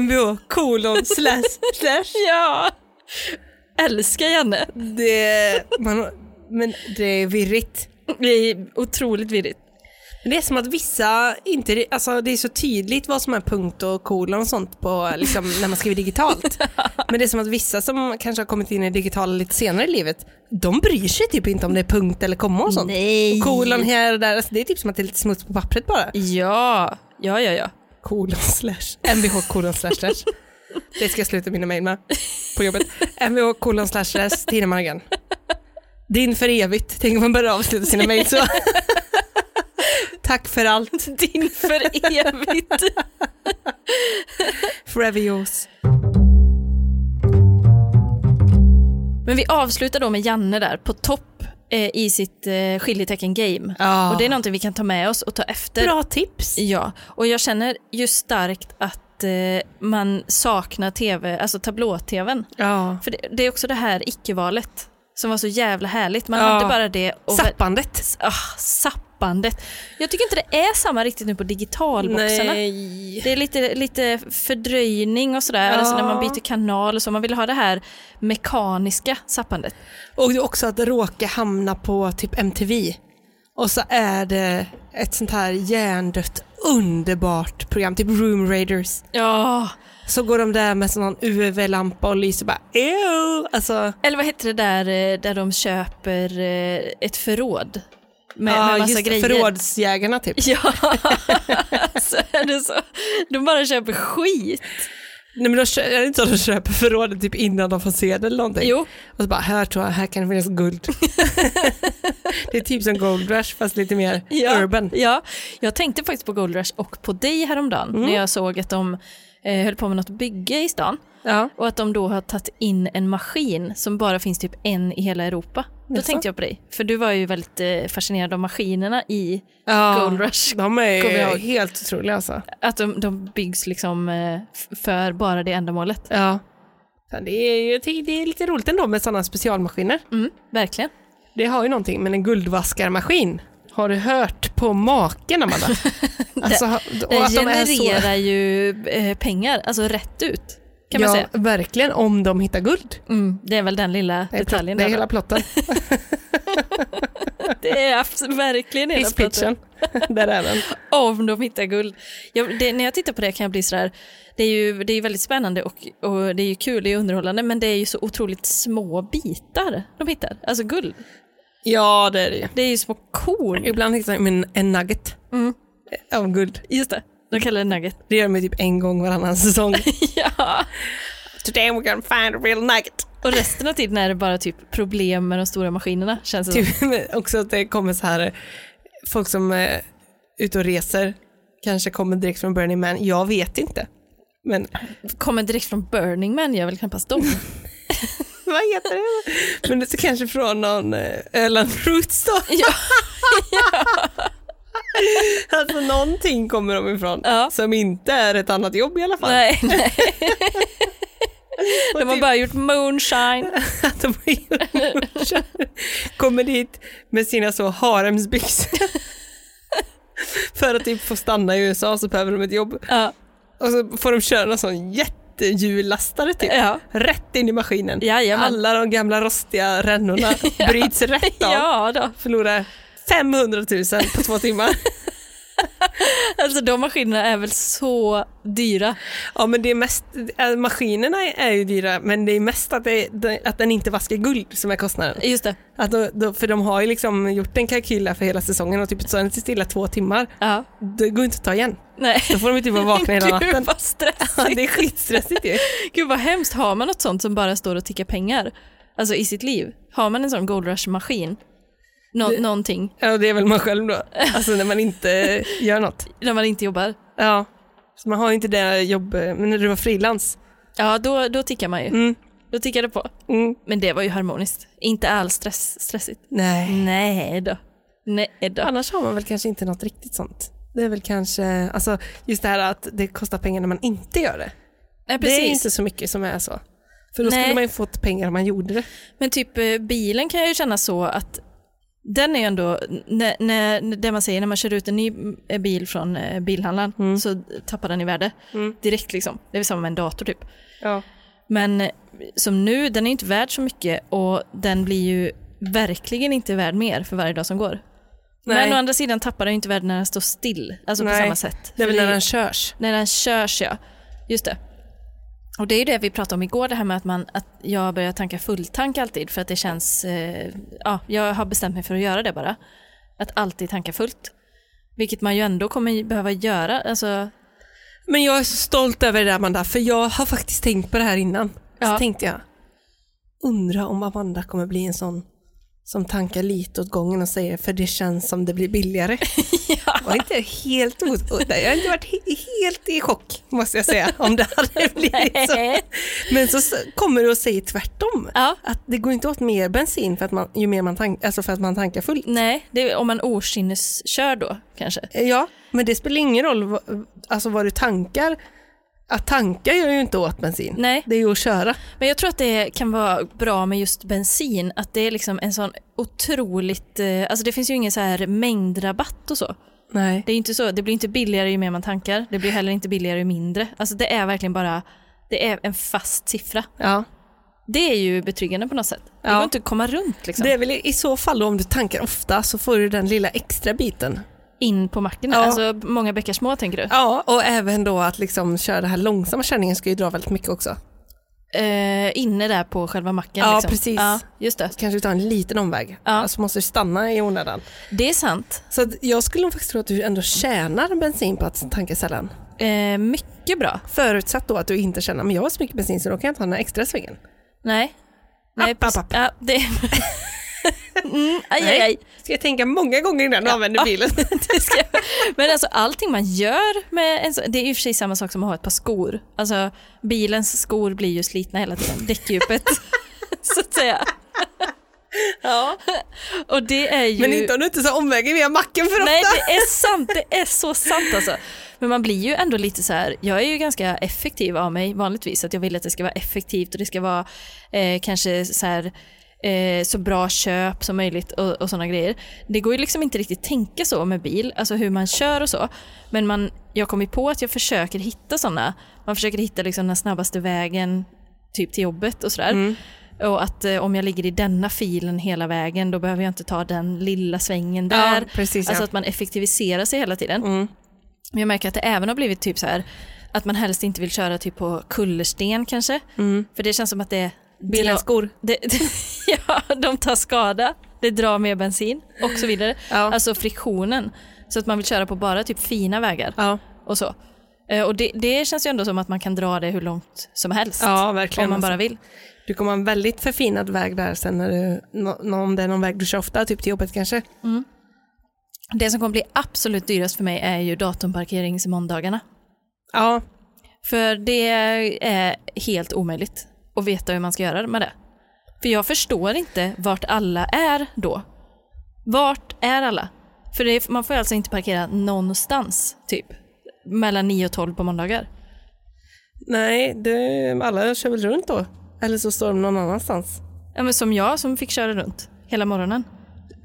Speaker 2: Mbo kolon slash slash.
Speaker 1: ja! Älskar Janne.
Speaker 2: Det, man, men det är virrigt.
Speaker 1: Det är otroligt virrigt.
Speaker 2: Men Det är som att vissa inte, alltså det är så tydligt vad som är punkt och kolon och sånt på, liksom, när man skriver digitalt. Men det är som att vissa som kanske har kommit in i det digitala lite senare i livet, de bryr sig typ inte om det är punkt eller komma och sånt.
Speaker 1: Nej.
Speaker 2: Och kolon här och där, alltså det är typ som att det är lite smuts på pappret bara.
Speaker 1: Ja, ja, ja, ja.
Speaker 2: kolon slash, mvh kolon slash slash. Det ska jag sluta mina mejl med på jobbet. mvh kolon slash slash Tina Margen. Din för evigt. Tänk om man börjar avsluta sina mejl så. Tack för allt.
Speaker 1: Din för evigt.
Speaker 2: Forever yours.
Speaker 1: Men vi avslutar då med Janne där på topp eh, i sitt eh, skiljetecken-game.
Speaker 2: Ja.
Speaker 1: Och det är någonting vi kan ta med oss och ta efter.
Speaker 2: Bra tips.
Speaker 1: Ja, och jag känner ju starkt att eh, man saknar tv, alltså tablå-tvn.
Speaker 2: Ja.
Speaker 1: För det, det är också det här icke-valet som var så jävla härligt. Man
Speaker 2: Ja.
Speaker 1: hade bara det och...
Speaker 2: Zappandet.
Speaker 1: Ah, sappandet. Jag tycker inte det är samma riktigt nu på digitalboxarna.
Speaker 2: Nej.
Speaker 1: Det är lite, lite fördröjning och sådär,
Speaker 2: Ja.
Speaker 1: alltså när man byter kanal och så. Man vill ha det här mekaniska sappandet.
Speaker 2: Och det är också att råka hamna på typ MTV. Och så är det ett sånt här hjärndött underbart program, typ Room Raiders.
Speaker 1: Ja.
Speaker 2: Så går de där med sån här UV-lampa och lyser bara ew. Alltså,
Speaker 1: Eller vad heter det där eh, där de köper eh, ett förråd med,
Speaker 2: ja,
Speaker 1: med massa
Speaker 2: just det,
Speaker 1: grejer?
Speaker 2: Förrådsjägarna typ.
Speaker 1: Ja, så är det så. De bara köper skit.
Speaker 2: Nej men de, kö- är det inte så att de köper förrådet typ innan de får se det eller någonting?
Speaker 1: Jo,
Speaker 2: Och så bara, här tror jag, här kan det finnas guld. det är typ som Gold Rush fast lite mer
Speaker 1: ja,
Speaker 2: urban.
Speaker 1: Ja. Jag tänkte faktiskt på Gold Rush och på dig häromdagen
Speaker 2: Mm.
Speaker 1: när jag såg att de eh, höll på med något bygge i stan.
Speaker 2: Ja.
Speaker 1: Och att de då har tagit in en maskin som bara finns typ en i hela Europa. Då
Speaker 2: Jaså?
Speaker 1: tänkte jag på dig, för du var ju väldigt eh, fascinerad av maskinerna i
Speaker 2: ja.
Speaker 1: Gold Rush.
Speaker 2: De
Speaker 1: Kommer jag
Speaker 2: är
Speaker 1: ihåg.
Speaker 2: helt otroliga alltså.
Speaker 1: Att de, de byggs liksom eh, f- för bara det ändamålet.
Speaker 2: Ja. Fan, Det är, jag tycker det är lite roligt ändå med sådana specialmaskiner.
Speaker 1: Mm, verkligen.
Speaker 2: Det har ju någonting, men en guldvaskarmaskin. Har du hört på maken Amanda? alltså, och
Speaker 1: Det
Speaker 2: att de är så-
Speaker 1: Eh, genererar ju eh, pengar, alltså rätt ut. Kan
Speaker 2: ja,
Speaker 1: man säga.
Speaker 2: verkligen om de hittar guld.
Speaker 1: Mm, det är väl den lilla
Speaker 2: Det är, plott,
Speaker 1: detaljen.
Speaker 2: det är
Speaker 1: där, va?
Speaker 2: hela plotten.
Speaker 1: det är abs- verkligen hela
Speaker 2: Hela pitchen. Där är den.
Speaker 1: Om de hittar guld. Jag, det, när jag tittar på det kan jag bli sådär, det är ju det är ju väldigt spännande och, och det är ju kul, det är underhållande, men det är ju så otroligt små bitar de hittar. Alltså guld.
Speaker 2: Ja, det är det ju.
Speaker 1: Det är ju små korn.
Speaker 2: Ibland hittar de en, en nugget
Speaker 1: Mm.
Speaker 2: av guld.
Speaker 1: Just det, de kallar det nugget.
Speaker 2: Det gör de ju typ en gång varannan säsong.
Speaker 1: ja.
Speaker 2: Today we're gonna find a real nugget.
Speaker 1: Och resten av tiden är det bara typ problem med de stora maskinerna, känns det som.
Speaker 2: Typ, men också att det kommer så här, folk som eh, är ute och reser kanske kommer direkt från Burning Man, jag vet inte. Men
Speaker 1: Kommer direkt från Burning Man, jag väl knappast dem.
Speaker 2: vad heter det? Men det är så kanske från någon eh, Öland Roots då.
Speaker 1: ja.
Speaker 2: Alltså någonting kommer de ifrån
Speaker 1: Ja.
Speaker 2: som inte är ett annat jobb i alla fall.
Speaker 1: Nej, nej.
Speaker 2: Och
Speaker 1: De har
Speaker 2: typ
Speaker 1: bara gjort moonshine.
Speaker 2: att de kommer dit med sina så haremsbyxor. För att typ få stanna i USA så behöver de ett jobb.
Speaker 1: Ja,
Speaker 2: Och så får de köra någon sån jättehjullastare typ.
Speaker 1: ja.
Speaker 2: Rätt in i maskinen.
Speaker 1: Jajamän.
Speaker 2: Alla de gamla rostiga rännorna bryts rätt av.
Speaker 1: ja då.
Speaker 2: Förlorar 500 000 på två timmar.
Speaker 1: Alltså de maskinerna är väl så dyra.
Speaker 2: Ja men det är mest, äh, maskinerna är ju dyra men det är mest att, det, det- att den inte vaskar guld som är kostnaden.
Speaker 1: Just det.
Speaker 2: Att då, då, för de har ju liksom gjort en kalkyl där för hela säsongen och typ så är den stilla två timmar.
Speaker 1: Ja.
Speaker 2: Det går inte att ta igen.
Speaker 1: Nej.
Speaker 2: Då får de ju typ vara vakna hela natten.
Speaker 1: Gud vad
Speaker 2: Ja,
Speaker 1: stressigt.
Speaker 2: det är skitstressigt ju.
Speaker 1: Gud vad hemskt. Har man något sånt som bara står och tickar pengar? Alltså i sitt liv. Har man en sån Gold Rush-maskin? Nå- Någonting.
Speaker 2: Ja, det är väl man själv då. Alltså när man inte gör något.
Speaker 1: När man inte jobbar.
Speaker 2: Ja, så man har ju inte det jobb, men när du var frilans.
Speaker 1: Ja, då, då tickar man ju.
Speaker 2: Mm.
Speaker 1: Då tickar det på.
Speaker 2: Mm.
Speaker 1: Men det var ju harmoniskt. Inte alls stress, stressigt.
Speaker 2: Nej.
Speaker 1: Nej då. Nej då.
Speaker 2: Annars har man Mm. väl kanske inte något riktigt sånt. Det är väl kanske, alltså just det här att det kostar pengar när man inte gör det.
Speaker 1: Nej,
Speaker 2: Det är
Speaker 1: precis.
Speaker 2: inte så mycket som är så. För då
Speaker 1: Nej.
Speaker 2: skulle man ju fått pengar om man gjorde det.
Speaker 1: Men typ eh, bilen kan jag ju känna så att den är ju ändå, när, när, det man säger när man kör ut en ny eh, bil från eh, bilhandlaren
Speaker 2: Mm.
Speaker 1: så tappar den i värde direkt liksom. Det är väl samma med en dator typ.
Speaker 2: Ja.
Speaker 1: Men eh, som nu, den är ju inte värd så mycket och den blir ju verkligen inte värd mer för varje dag som går. Men å andra sidan tappar den ju inte värde när den står still, alltså
Speaker 2: Nej.
Speaker 1: på samma sätt.
Speaker 2: det är väl
Speaker 1: För
Speaker 2: när den körs.
Speaker 1: när den körs ja. Just det. Och det är ju det vi pratade om igår, det här med att, man, att jag börjar tanka fulltank alltid för att det känns, eh, ja, jag har bestämt mig för att göra det bara. Att alltid tanka fullt. Vilket man ju ändå kommer behöva göra, alltså
Speaker 2: Men jag är så stolt över det där Amanda, för jag har faktiskt tänkt på det här innan. Så
Speaker 1: Ja.
Speaker 2: tänkte jag, undra om Amanda kommer bli en sån som tankar lite åt gången och säger för det känns som det blir billigare. Jag, var inte helt, o- jag har inte varit he- helt i chock måste jag säga om det hade blivit så. Men så s- kommer du och säger tvärtom.
Speaker 1: Ja.
Speaker 2: Att det går inte åt mer bensin för att man, ju mer man, tank, alltså för att man tankar fullt.
Speaker 1: Nej, det är om man okynneskör då kanske.
Speaker 2: Eh, Ja, men det spelar ingen roll vad, alltså vad du tankar. Att tanka gör ju inte åt bensin.
Speaker 1: Nej.
Speaker 2: Det är ju att köra.
Speaker 1: Men jag tror att det kan vara bra med just bensin, att det är liksom en sån otroligt, eh, alltså det finns ju ingen så här mängdrabatt och så.
Speaker 2: Nej.
Speaker 1: Det är ju inte så, det blir inte billigare ju mer man tankar, det blir heller inte billigare ju mindre. Alltså det är verkligen bara, det är en fast siffra.
Speaker 2: Ja.
Speaker 1: Det är ju betryggande på något sätt. Det
Speaker 2: Ja.
Speaker 1: går inte att komma runt liksom.
Speaker 2: Det är väl i i så fall då, om du tankar ofta så får du den lilla extra biten.
Speaker 1: In på macken,
Speaker 2: Ja.
Speaker 1: alltså många bäckar små tänker du?
Speaker 2: Ja, och även då att liksom köra den här långsamma körningen ska ju dra väldigt mycket också.
Speaker 1: Eh, inne där på själva macken.
Speaker 2: Ja,
Speaker 1: liksom.
Speaker 2: precis.
Speaker 1: Ja, just det.
Speaker 2: Kanske ta en liten omväg.
Speaker 1: Ja.
Speaker 2: Alltså måste du stanna i onödan.
Speaker 1: Det är sant.
Speaker 2: Så att jag skulle nog faktiskt tro att du ändå tjänar bensin på att tanka sällan.
Speaker 1: Eh, mycket bra.
Speaker 2: Förutsatt då att du inte tjänar, men jag har så mycket bensin så då kan jag ta den här extra svingen.
Speaker 1: Nej. Nej,
Speaker 2: App, app,
Speaker 1: precis.
Speaker 2: app.
Speaker 1: Ja, det... mm, aj, aj, aj.
Speaker 2: Ska jag tänka många gånger innan du använder bilen?
Speaker 1: Det ska jag- Men alltså allting man gör med en så... Det är i och för sig samma sak som att ha ett par skor. Alltså bilens skor blir ju slitna hela tiden, däckdjupet. så att säga.
Speaker 2: Ja.
Speaker 1: Och det är ju...
Speaker 2: Men inte om du inte tar omvägen via macken för
Speaker 1: Nej,
Speaker 2: ofta.
Speaker 1: det är sant. Det är så sant alltså. Men man blir ju ändå lite så här, jag är ju ganska effektiv av mig vanligtvis, att jag vill att det ska vara effektivt och det ska vara eh, kanske så här eh, så bra köp som möjligt och, och sådana grejer. Det går ju liksom inte riktigt tänka så med bil, alltså hur man kör och så. Men man, jag kom ju på att jag försöker hitta sådana, man försöker hitta liksom den snabbaste vägen typ till jobbet och sådär. Och att eh, om jag ligger i denna filen hela vägen då behöver jag inte ta den lilla svängen
Speaker 2: Ja,
Speaker 1: där.
Speaker 2: precis, ja. Mm.
Speaker 1: alltså att man effektiviserar sig hela tiden. Men jag märker att det även har blivit typ så här att man helst inte vill köra typ på kullersten kanske.
Speaker 2: Mm.
Speaker 1: För det känns som att det...
Speaker 2: Bilens skor.
Speaker 1: Det, ja, de tar skada. Det drar mer bensin och så vidare.
Speaker 2: Ja.
Speaker 1: Alltså friktionen. Så att man vill köra på bara typ fina vägar
Speaker 2: Ja.
Speaker 1: och så. Eh, Och det, det känns ju ändå som att man kan dra det hur långt som helst.
Speaker 2: Ja, verkligen,
Speaker 1: Om man bara
Speaker 2: alltså.
Speaker 1: vill.
Speaker 2: Du kommer ha en väldigt förfinad väg där sen när du, nå- nå- om det är någon väg du kör ofta, typ till jobbet kanske.
Speaker 1: Det som kommer bli absolut dyrast för mig är ju datumparkeringsmåndagarna.
Speaker 2: Ja,
Speaker 1: För det är eh, helt omöjligt att veta hur man ska göra med det. För jag förstår inte vart alla är då. Vart är alla? För det är, man får alltså inte parkera någonstans, typ. Mellan 9 och 12 på måndagar.
Speaker 2: nej, det, alla kör väl runt då. Eller så står de någon annanstans.
Speaker 1: Ja, men som jag som fick köra runt hela morgonen.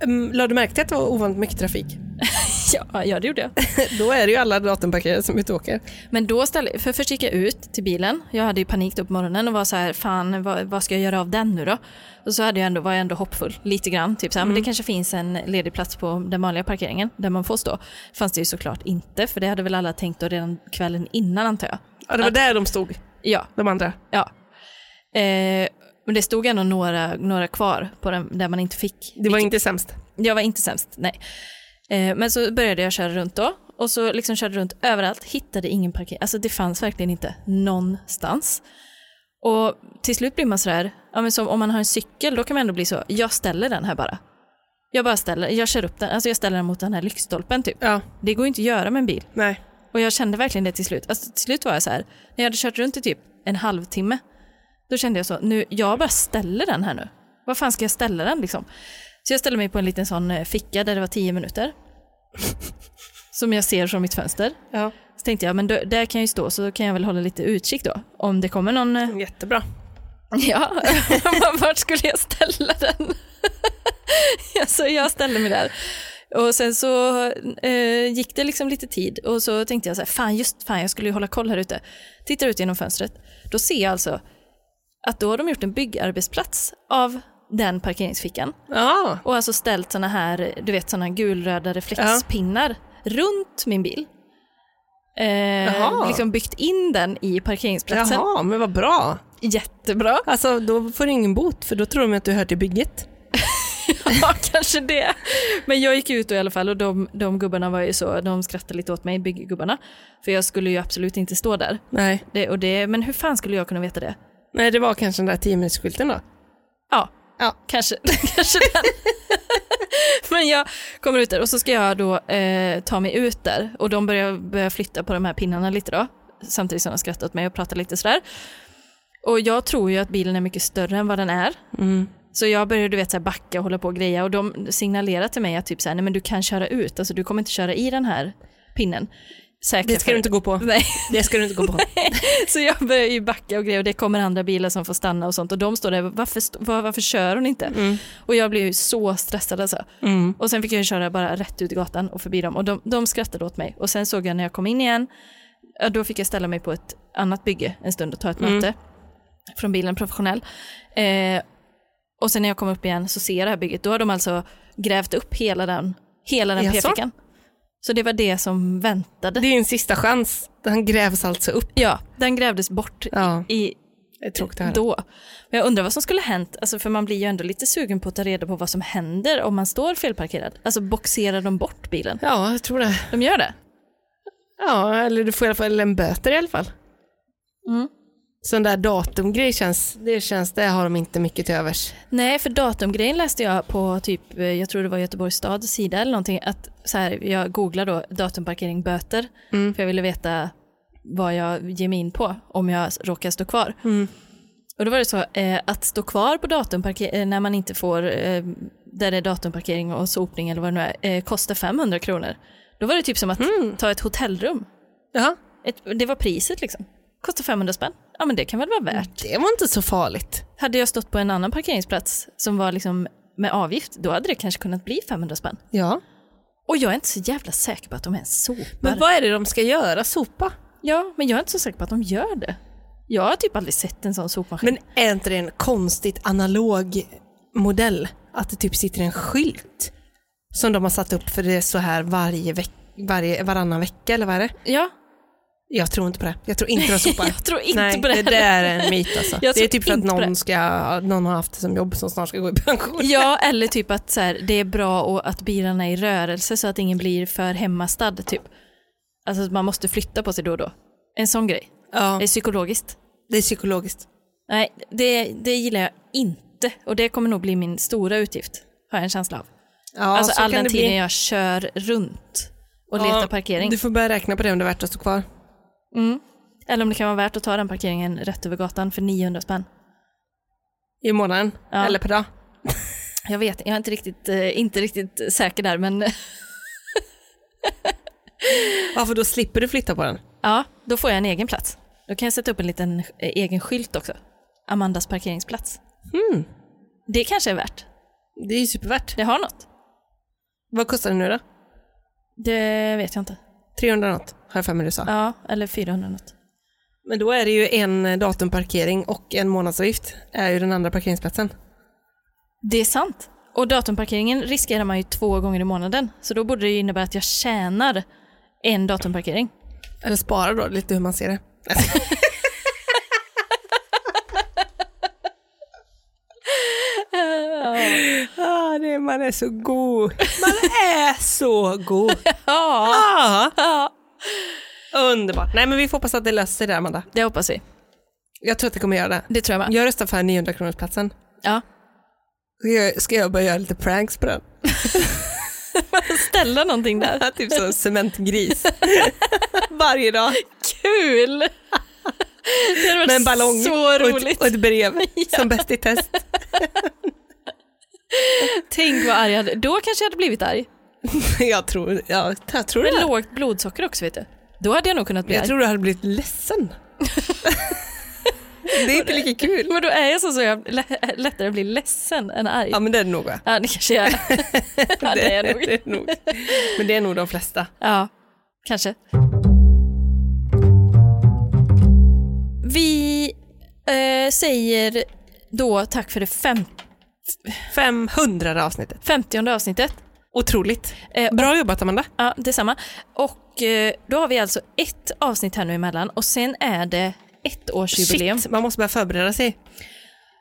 Speaker 2: Mm, Lade du märke till att det var ovanligt mycket trafik?
Speaker 1: Ja, ja det gjorde jag.
Speaker 2: då är det ju alla datumparkerare som är ute och åker.
Speaker 1: Men då ställde, för först gick jag ut till bilen. Jag hade ju panik då på morgonen och var så här, fan vad, vad ska jag göra av den nu då? Och så hade jag ändå, var jag ändå hoppfull, lite grann. Typ så här, men det kanske finns en ledig plats på den vanliga parkeringen där man får stå. fanns det ju såklart inte, för det hade väl alla tänkt då redan kvällen innan antar jag.
Speaker 2: Ja, det var där de stod,
Speaker 1: Ja,
Speaker 2: de andra.
Speaker 1: ja. Eh, men det stod ändå några, några kvar på den, där man inte fick
Speaker 2: Det var inte sämst.
Speaker 1: jag var inte sämst, nej. Eh, men så började jag köra runt då. Och så liksom körde runt överallt, hittade ingen parkering. Alltså det fanns verkligen inte någonstans. Och till slut blir man sådär, ja men som om man har en cykel, då kan man ändå bli så, jag ställer den här bara. Jag bara ställer, jag kör upp den, alltså jag ställer den mot den här lyktstolpen typ.
Speaker 2: Ja,
Speaker 1: Det går ju inte att göra med en bil.
Speaker 2: nej.
Speaker 1: Och jag kände verkligen det till slut. Alltså, till slut var jag så här, när jag hade kört runt i typ en halvtimme, då kände jag så, nu, jag bara ställer den här nu. Var fan ska jag ställa den liksom? Så jag ställde mig på en liten sån eh, ficka där det var tio minuter. som jag ser från mitt fönster.
Speaker 2: Ja.
Speaker 1: Så tänkte jag, men då, där kan jag ju stå så då kan jag väl hålla lite utkik då. Om det kommer någon, eh,
Speaker 2: Jättebra.
Speaker 1: ja, vart skulle jag ställa den? Ja, så jag ställde mig där. Och sen så eh, gick det liksom lite tid och så tänkte jag så här, fan just fan jag skulle ju hålla koll här ute. Tittar ut genom fönstret, då ser jag alltså att då har de gjort en byggarbetsplats av den parkeringsfickan
Speaker 2: Ja,
Speaker 1: och alltså ställt såna här, du vet såna gulröda reflexpinnar runt min bil. Eh,
Speaker 2: Jaha.
Speaker 1: liksom byggt in den i parkeringsplatsen.
Speaker 2: jaha, men vad bra.
Speaker 1: Jättebra.
Speaker 2: Alltså, då får du ingen bot, för då tror de att du hör till bygget.
Speaker 1: ja, kanske det. Men jag gick ut då i alla fall och de, de gubbarna var ju så, de skrattade lite åt mig, bygggubbarna. För jag skulle ju absolut inte stå där.
Speaker 2: Nej.
Speaker 1: Det, och det, men hur fan skulle jag kunna veta det?
Speaker 2: Nej, det var kanske den där 10-minutersskylten då.
Speaker 1: Ja,
Speaker 2: Ja.
Speaker 1: kanske, kanske den. men jag kommer ut där och så ska jag då eh, ta mig ut där och de börjar, börjar flytta på de här pinnarna lite då. Samtidigt som de skrattar åt mig och pratar lite sådär. Och jag tror ju att bilen är mycket större än vad den är.
Speaker 2: Mm.
Speaker 1: Så jag började du vet, så här backa och hålla på och greja och de signalerade till mig att typ så här, nej men du kan köra ut, alltså du kommer inte köra i den här pinnen. Säkra
Speaker 2: Det ska du
Speaker 1: för-
Speaker 2: inte gå på.
Speaker 1: Nej,
Speaker 2: Det ska du inte gå på.
Speaker 1: så jag börjar ju backa och grejer och det kommer andra bilar som får stanna och sånt och de står där, varför, st- var, varför kör hon inte?
Speaker 2: Mm.
Speaker 1: Och jag blev ju så stressad alltså. Och sen fick jag ju köra bara rätt ut i gatan och förbi dem och de, de skrattade åt mig. Och sen såg jag när jag kom in igen, ja, då fick jag ställa mig på ett annat bygge en stund och ta ett
Speaker 2: Mm.
Speaker 1: möte från bilen professionell. Eh, och sen när jag kom upp igen så ser jag det här bygget, då har de alltså grävt upp hela den, hela den
Speaker 2: Jaså?
Speaker 1: p-fickan. Så det var det som väntade.
Speaker 2: Det är en sista chans. Han grävs alltså upp.
Speaker 1: Ja, den grävdes bort
Speaker 2: Ja.
Speaker 1: i
Speaker 2: Det är tråkigt att höra.
Speaker 1: då. Men jag undrar vad som skulle hänt, alltså för man blir ju ändå lite sugen på att ta reda på vad som händer om man står felparkerad. Alltså boxerar de bort bilen?
Speaker 2: Ja, jag tror det.
Speaker 1: De gör det?
Speaker 2: Ja, eller du får i alla fall en böter i alla fall.
Speaker 1: Mm.
Speaker 2: Sån där datumgrej känns, det känns, det har de inte mycket till övers.
Speaker 1: Nej, för datumgrejen läste jag på typ, eh, jag tror det var Göteborgs stads sida eller någonting, att så här, jag googlade då datumparkering böter, för jag ville veta vad jag ger mig in på om jag s- råkar stå kvar. Och då var det så, eh, att stå kvar på datumparkering när man inte får, eh, där det är datumparkering och sopning eller vad det nu är, eh, kostar 500 kronor. Då var det typ som att ta ett hotellrum.
Speaker 2: Ja,
Speaker 1: Ett, det var priset liksom. Kostar 500 spänn. Ja men det kan väl vara värt.
Speaker 2: det var inte så farligt.
Speaker 1: Hade jag stått på en annan parkeringsplats som var liksom med avgift, då hade det kanske kunnat bli 500 spänn.
Speaker 2: Ja.
Speaker 1: Och jag är inte så jävla säker på att de ens sopar.
Speaker 2: Men vad är det de ska göra? Sopa?
Speaker 1: Ja, men jag är inte så säker på att de gör det. Jag har typ aldrig sett en sån sopmaskin.
Speaker 2: Men är inte det en konstigt analog modell? Att det typ sitter en skylt som de har satt upp för det är så här varje veck, varje, varannan vecka eller vad är det?
Speaker 1: ja,
Speaker 2: Jag tror inte på det. Jag tror inte de sopar.
Speaker 1: jag tror inte
Speaker 2: Nej,
Speaker 1: på det
Speaker 2: det
Speaker 1: här.
Speaker 2: där är en myt alltså.
Speaker 1: Jag
Speaker 2: Det
Speaker 1: tror
Speaker 2: är typ för att
Speaker 1: inte på
Speaker 2: någon,
Speaker 1: det.
Speaker 2: ska, någon har haft det som jobb som snart ska gå i pension.
Speaker 1: Ja, eller typ att så här, det är bra och att bilarna är i rörelse så att ingen blir för hemmastad typ. Alltså att man måste flytta på sig då och då. En sån grej.
Speaker 2: Ja,
Speaker 1: Det är psykologiskt.
Speaker 2: det är psykologiskt.
Speaker 1: Nej, det, det gillar jag inte och det kommer nog bli min stora utgift, har jag en känsla av.
Speaker 2: Ja,
Speaker 1: alltså
Speaker 2: så
Speaker 1: all
Speaker 2: kan
Speaker 1: den
Speaker 2: det
Speaker 1: tiden
Speaker 2: bli.
Speaker 1: jag kör runt och letar
Speaker 2: Ja,
Speaker 1: parkering.
Speaker 2: Du får börja räkna på det om det är värt att stå kvar.
Speaker 1: Eller om det kan vara värt att ta den parkeringen rätt över gatan för 900 spänn.
Speaker 2: I månaden,
Speaker 1: Ja.
Speaker 2: eller per dag.
Speaker 1: Jag vet, jag är inte riktigt, eh, inte riktigt säker där, men eh,
Speaker 2: Ja, för då slipper du flytta på den.
Speaker 1: ja, då får jag en egen plats. Då kan jag sätta upp en liten eh, egen skylt också. Amandas parkeringsplats. Hmm. Det kanske är värt.
Speaker 2: Det är ju supervärt.
Speaker 1: Det har något.
Speaker 2: Vad kostar det nu då?
Speaker 1: Det vet jag inte.
Speaker 2: 300 något, har jag för mig du sa.
Speaker 1: Ja, eller 400 något.
Speaker 2: Men då är det ju en eh, datumparkering och en månadsavgift är ju den andra parkeringsplatsen.
Speaker 1: Det är sant. Och datumparkeringen riskerar man ju två gånger i månaden. Så då borde det ju innebära att jag tjänar en datumparkering.
Speaker 2: Eller spara då, lite hur man ser det. ah, det, man är så god. Man är så god.
Speaker 1: Ja,
Speaker 2: Ah. Underbart. Nej men vi får hoppas att det löser sig där Amanda.
Speaker 1: det hoppas vi.
Speaker 2: Jag tror att det kommer göra det.
Speaker 1: Det tror jag med.
Speaker 2: Jag röstar för 900 kronorsplatsen.
Speaker 1: Ja.
Speaker 2: Ska jag- Ska jag börja göra lite pranks på den?
Speaker 1: Ställa någonting där.
Speaker 2: typ som en cementgris. Varje dag.
Speaker 1: Kul! Det hade varit
Speaker 2: Med en ballong
Speaker 1: så
Speaker 2: och,
Speaker 1: roligt.
Speaker 2: ett, och ett brev som bäst i test.
Speaker 1: Tänk vad arg jag hade. Då kanske jag hade blivit arg.
Speaker 2: jag tror, ja, jag tror
Speaker 1: Med
Speaker 2: det.
Speaker 1: lågt blodsocker också vet du. Då hade jag nog kunnat bli
Speaker 2: Jag
Speaker 1: arg.
Speaker 2: tror du hade blivit ledsen. det är inte lika kul.
Speaker 1: Men då är jag så så jag lä- lättare blir ledsen än arg.
Speaker 2: Ja men det är det nog va?
Speaker 1: Ja, det kanske jag är. ja, det är jag nog.
Speaker 2: det är nog. Men det är nog de flesta.
Speaker 1: Ja, kanske. Vi eh, säger då tack för det fem,
Speaker 2: 500 avsnittet.
Speaker 1: femtionde avsnittet.
Speaker 2: Otroligt.
Speaker 1: Eh,
Speaker 2: Bra jobbat Amanda.
Speaker 1: Ja, detsamma. Och eh, då har vi alltså ett avsnitt här nu emellan och sen är det ettårsjubileum.
Speaker 2: Shit, man måste börja förbereda sig.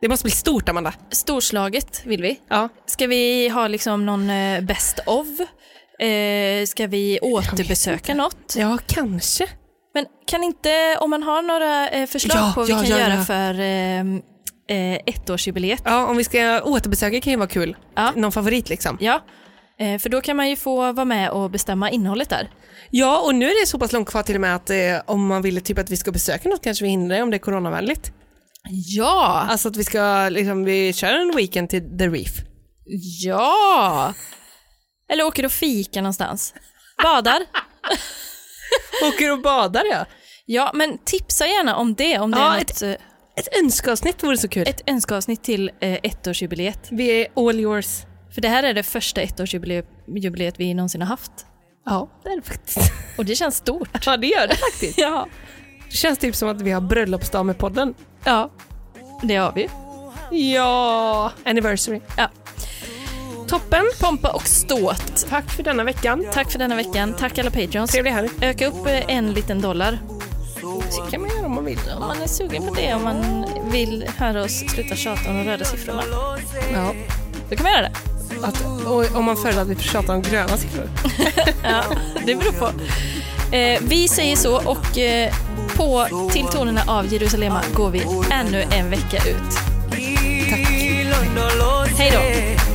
Speaker 2: Det måste bli stort, Amanda.
Speaker 1: Storslaget vill vi.
Speaker 2: Ja.
Speaker 1: Ska vi ha liksom någon eh, best of? Eh, ska vi återbesöka något?
Speaker 2: Ja, kanske.
Speaker 1: Men kan inte, om man har några eh, förslag
Speaker 2: Ja,
Speaker 1: på vad vi
Speaker 2: ja,
Speaker 1: kan
Speaker 2: ja,
Speaker 1: göra
Speaker 2: ja.
Speaker 1: för eh, eh, ettårsjubileet.
Speaker 2: Ja, om vi ska återbesöka kan ju vara kul.
Speaker 1: Ja.
Speaker 2: Någon favorit liksom.
Speaker 1: Ja, eh, för då kan man ju få vara med och bestämma innehållet där.
Speaker 2: Ja, och nu är det så pass långt kvar till och med att eh, om man ville typ att vi ska besöka något kanske vi hinner det om det är coronavänligt.
Speaker 1: Ja!
Speaker 2: Alltså att vi ska, liksom, vi kör en weekend till The Reef.
Speaker 1: Ja! Eller åker och fika någonstans. Badar.
Speaker 2: Åker och badar ja.
Speaker 1: Ja, men tipsa gärna om det, om det
Speaker 2: Ja,
Speaker 1: är något, ett,
Speaker 2: Ett önskeavsnitt vore så kul.
Speaker 1: ett önskeavsnitt till eh, ettårsjubileet.
Speaker 2: Vi är all yours.
Speaker 1: För det här är det första ettårsjubileet vi någonsin har haft.
Speaker 2: Ja, det är det faktiskt.
Speaker 1: Och det känns stort.
Speaker 2: Ja, det gör det faktiskt.
Speaker 1: Ja,
Speaker 2: Det känns typ som att vi har bröllopsdag med podden.
Speaker 1: ja det har vi ju.
Speaker 2: Ja, anniversary.
Speaker 1: Ja.
Speaker 2: Toppen.
Speaker 1: Pompa och ståt.
Speaker 2: Tack för denna veckan.
Speaker 1: Tack för denna veckan. Tack alla patreons.
Speaker 2: Trevlig helg.
Speaker 1: Öka upp eh, en liten dollar
Speaker 2: Det kan man göra om man vill.
Speaker 1: om man är sugen på det, om man vill höra oss sluta tjata om de röda siffrorna.
Speaker 2: Ja.
Speaker 1: Då kan man göra det.
Speaker 2: Att, och om man föredrar att vi pratar om gröna siffror.
Speaker 1: Ja, det beror på. Eh, vi säger så och eh, på till tonerna av Jerusalem går vi ännu en vecka ut.
Speaker 4: Tack.
Speaker 1: Hej då.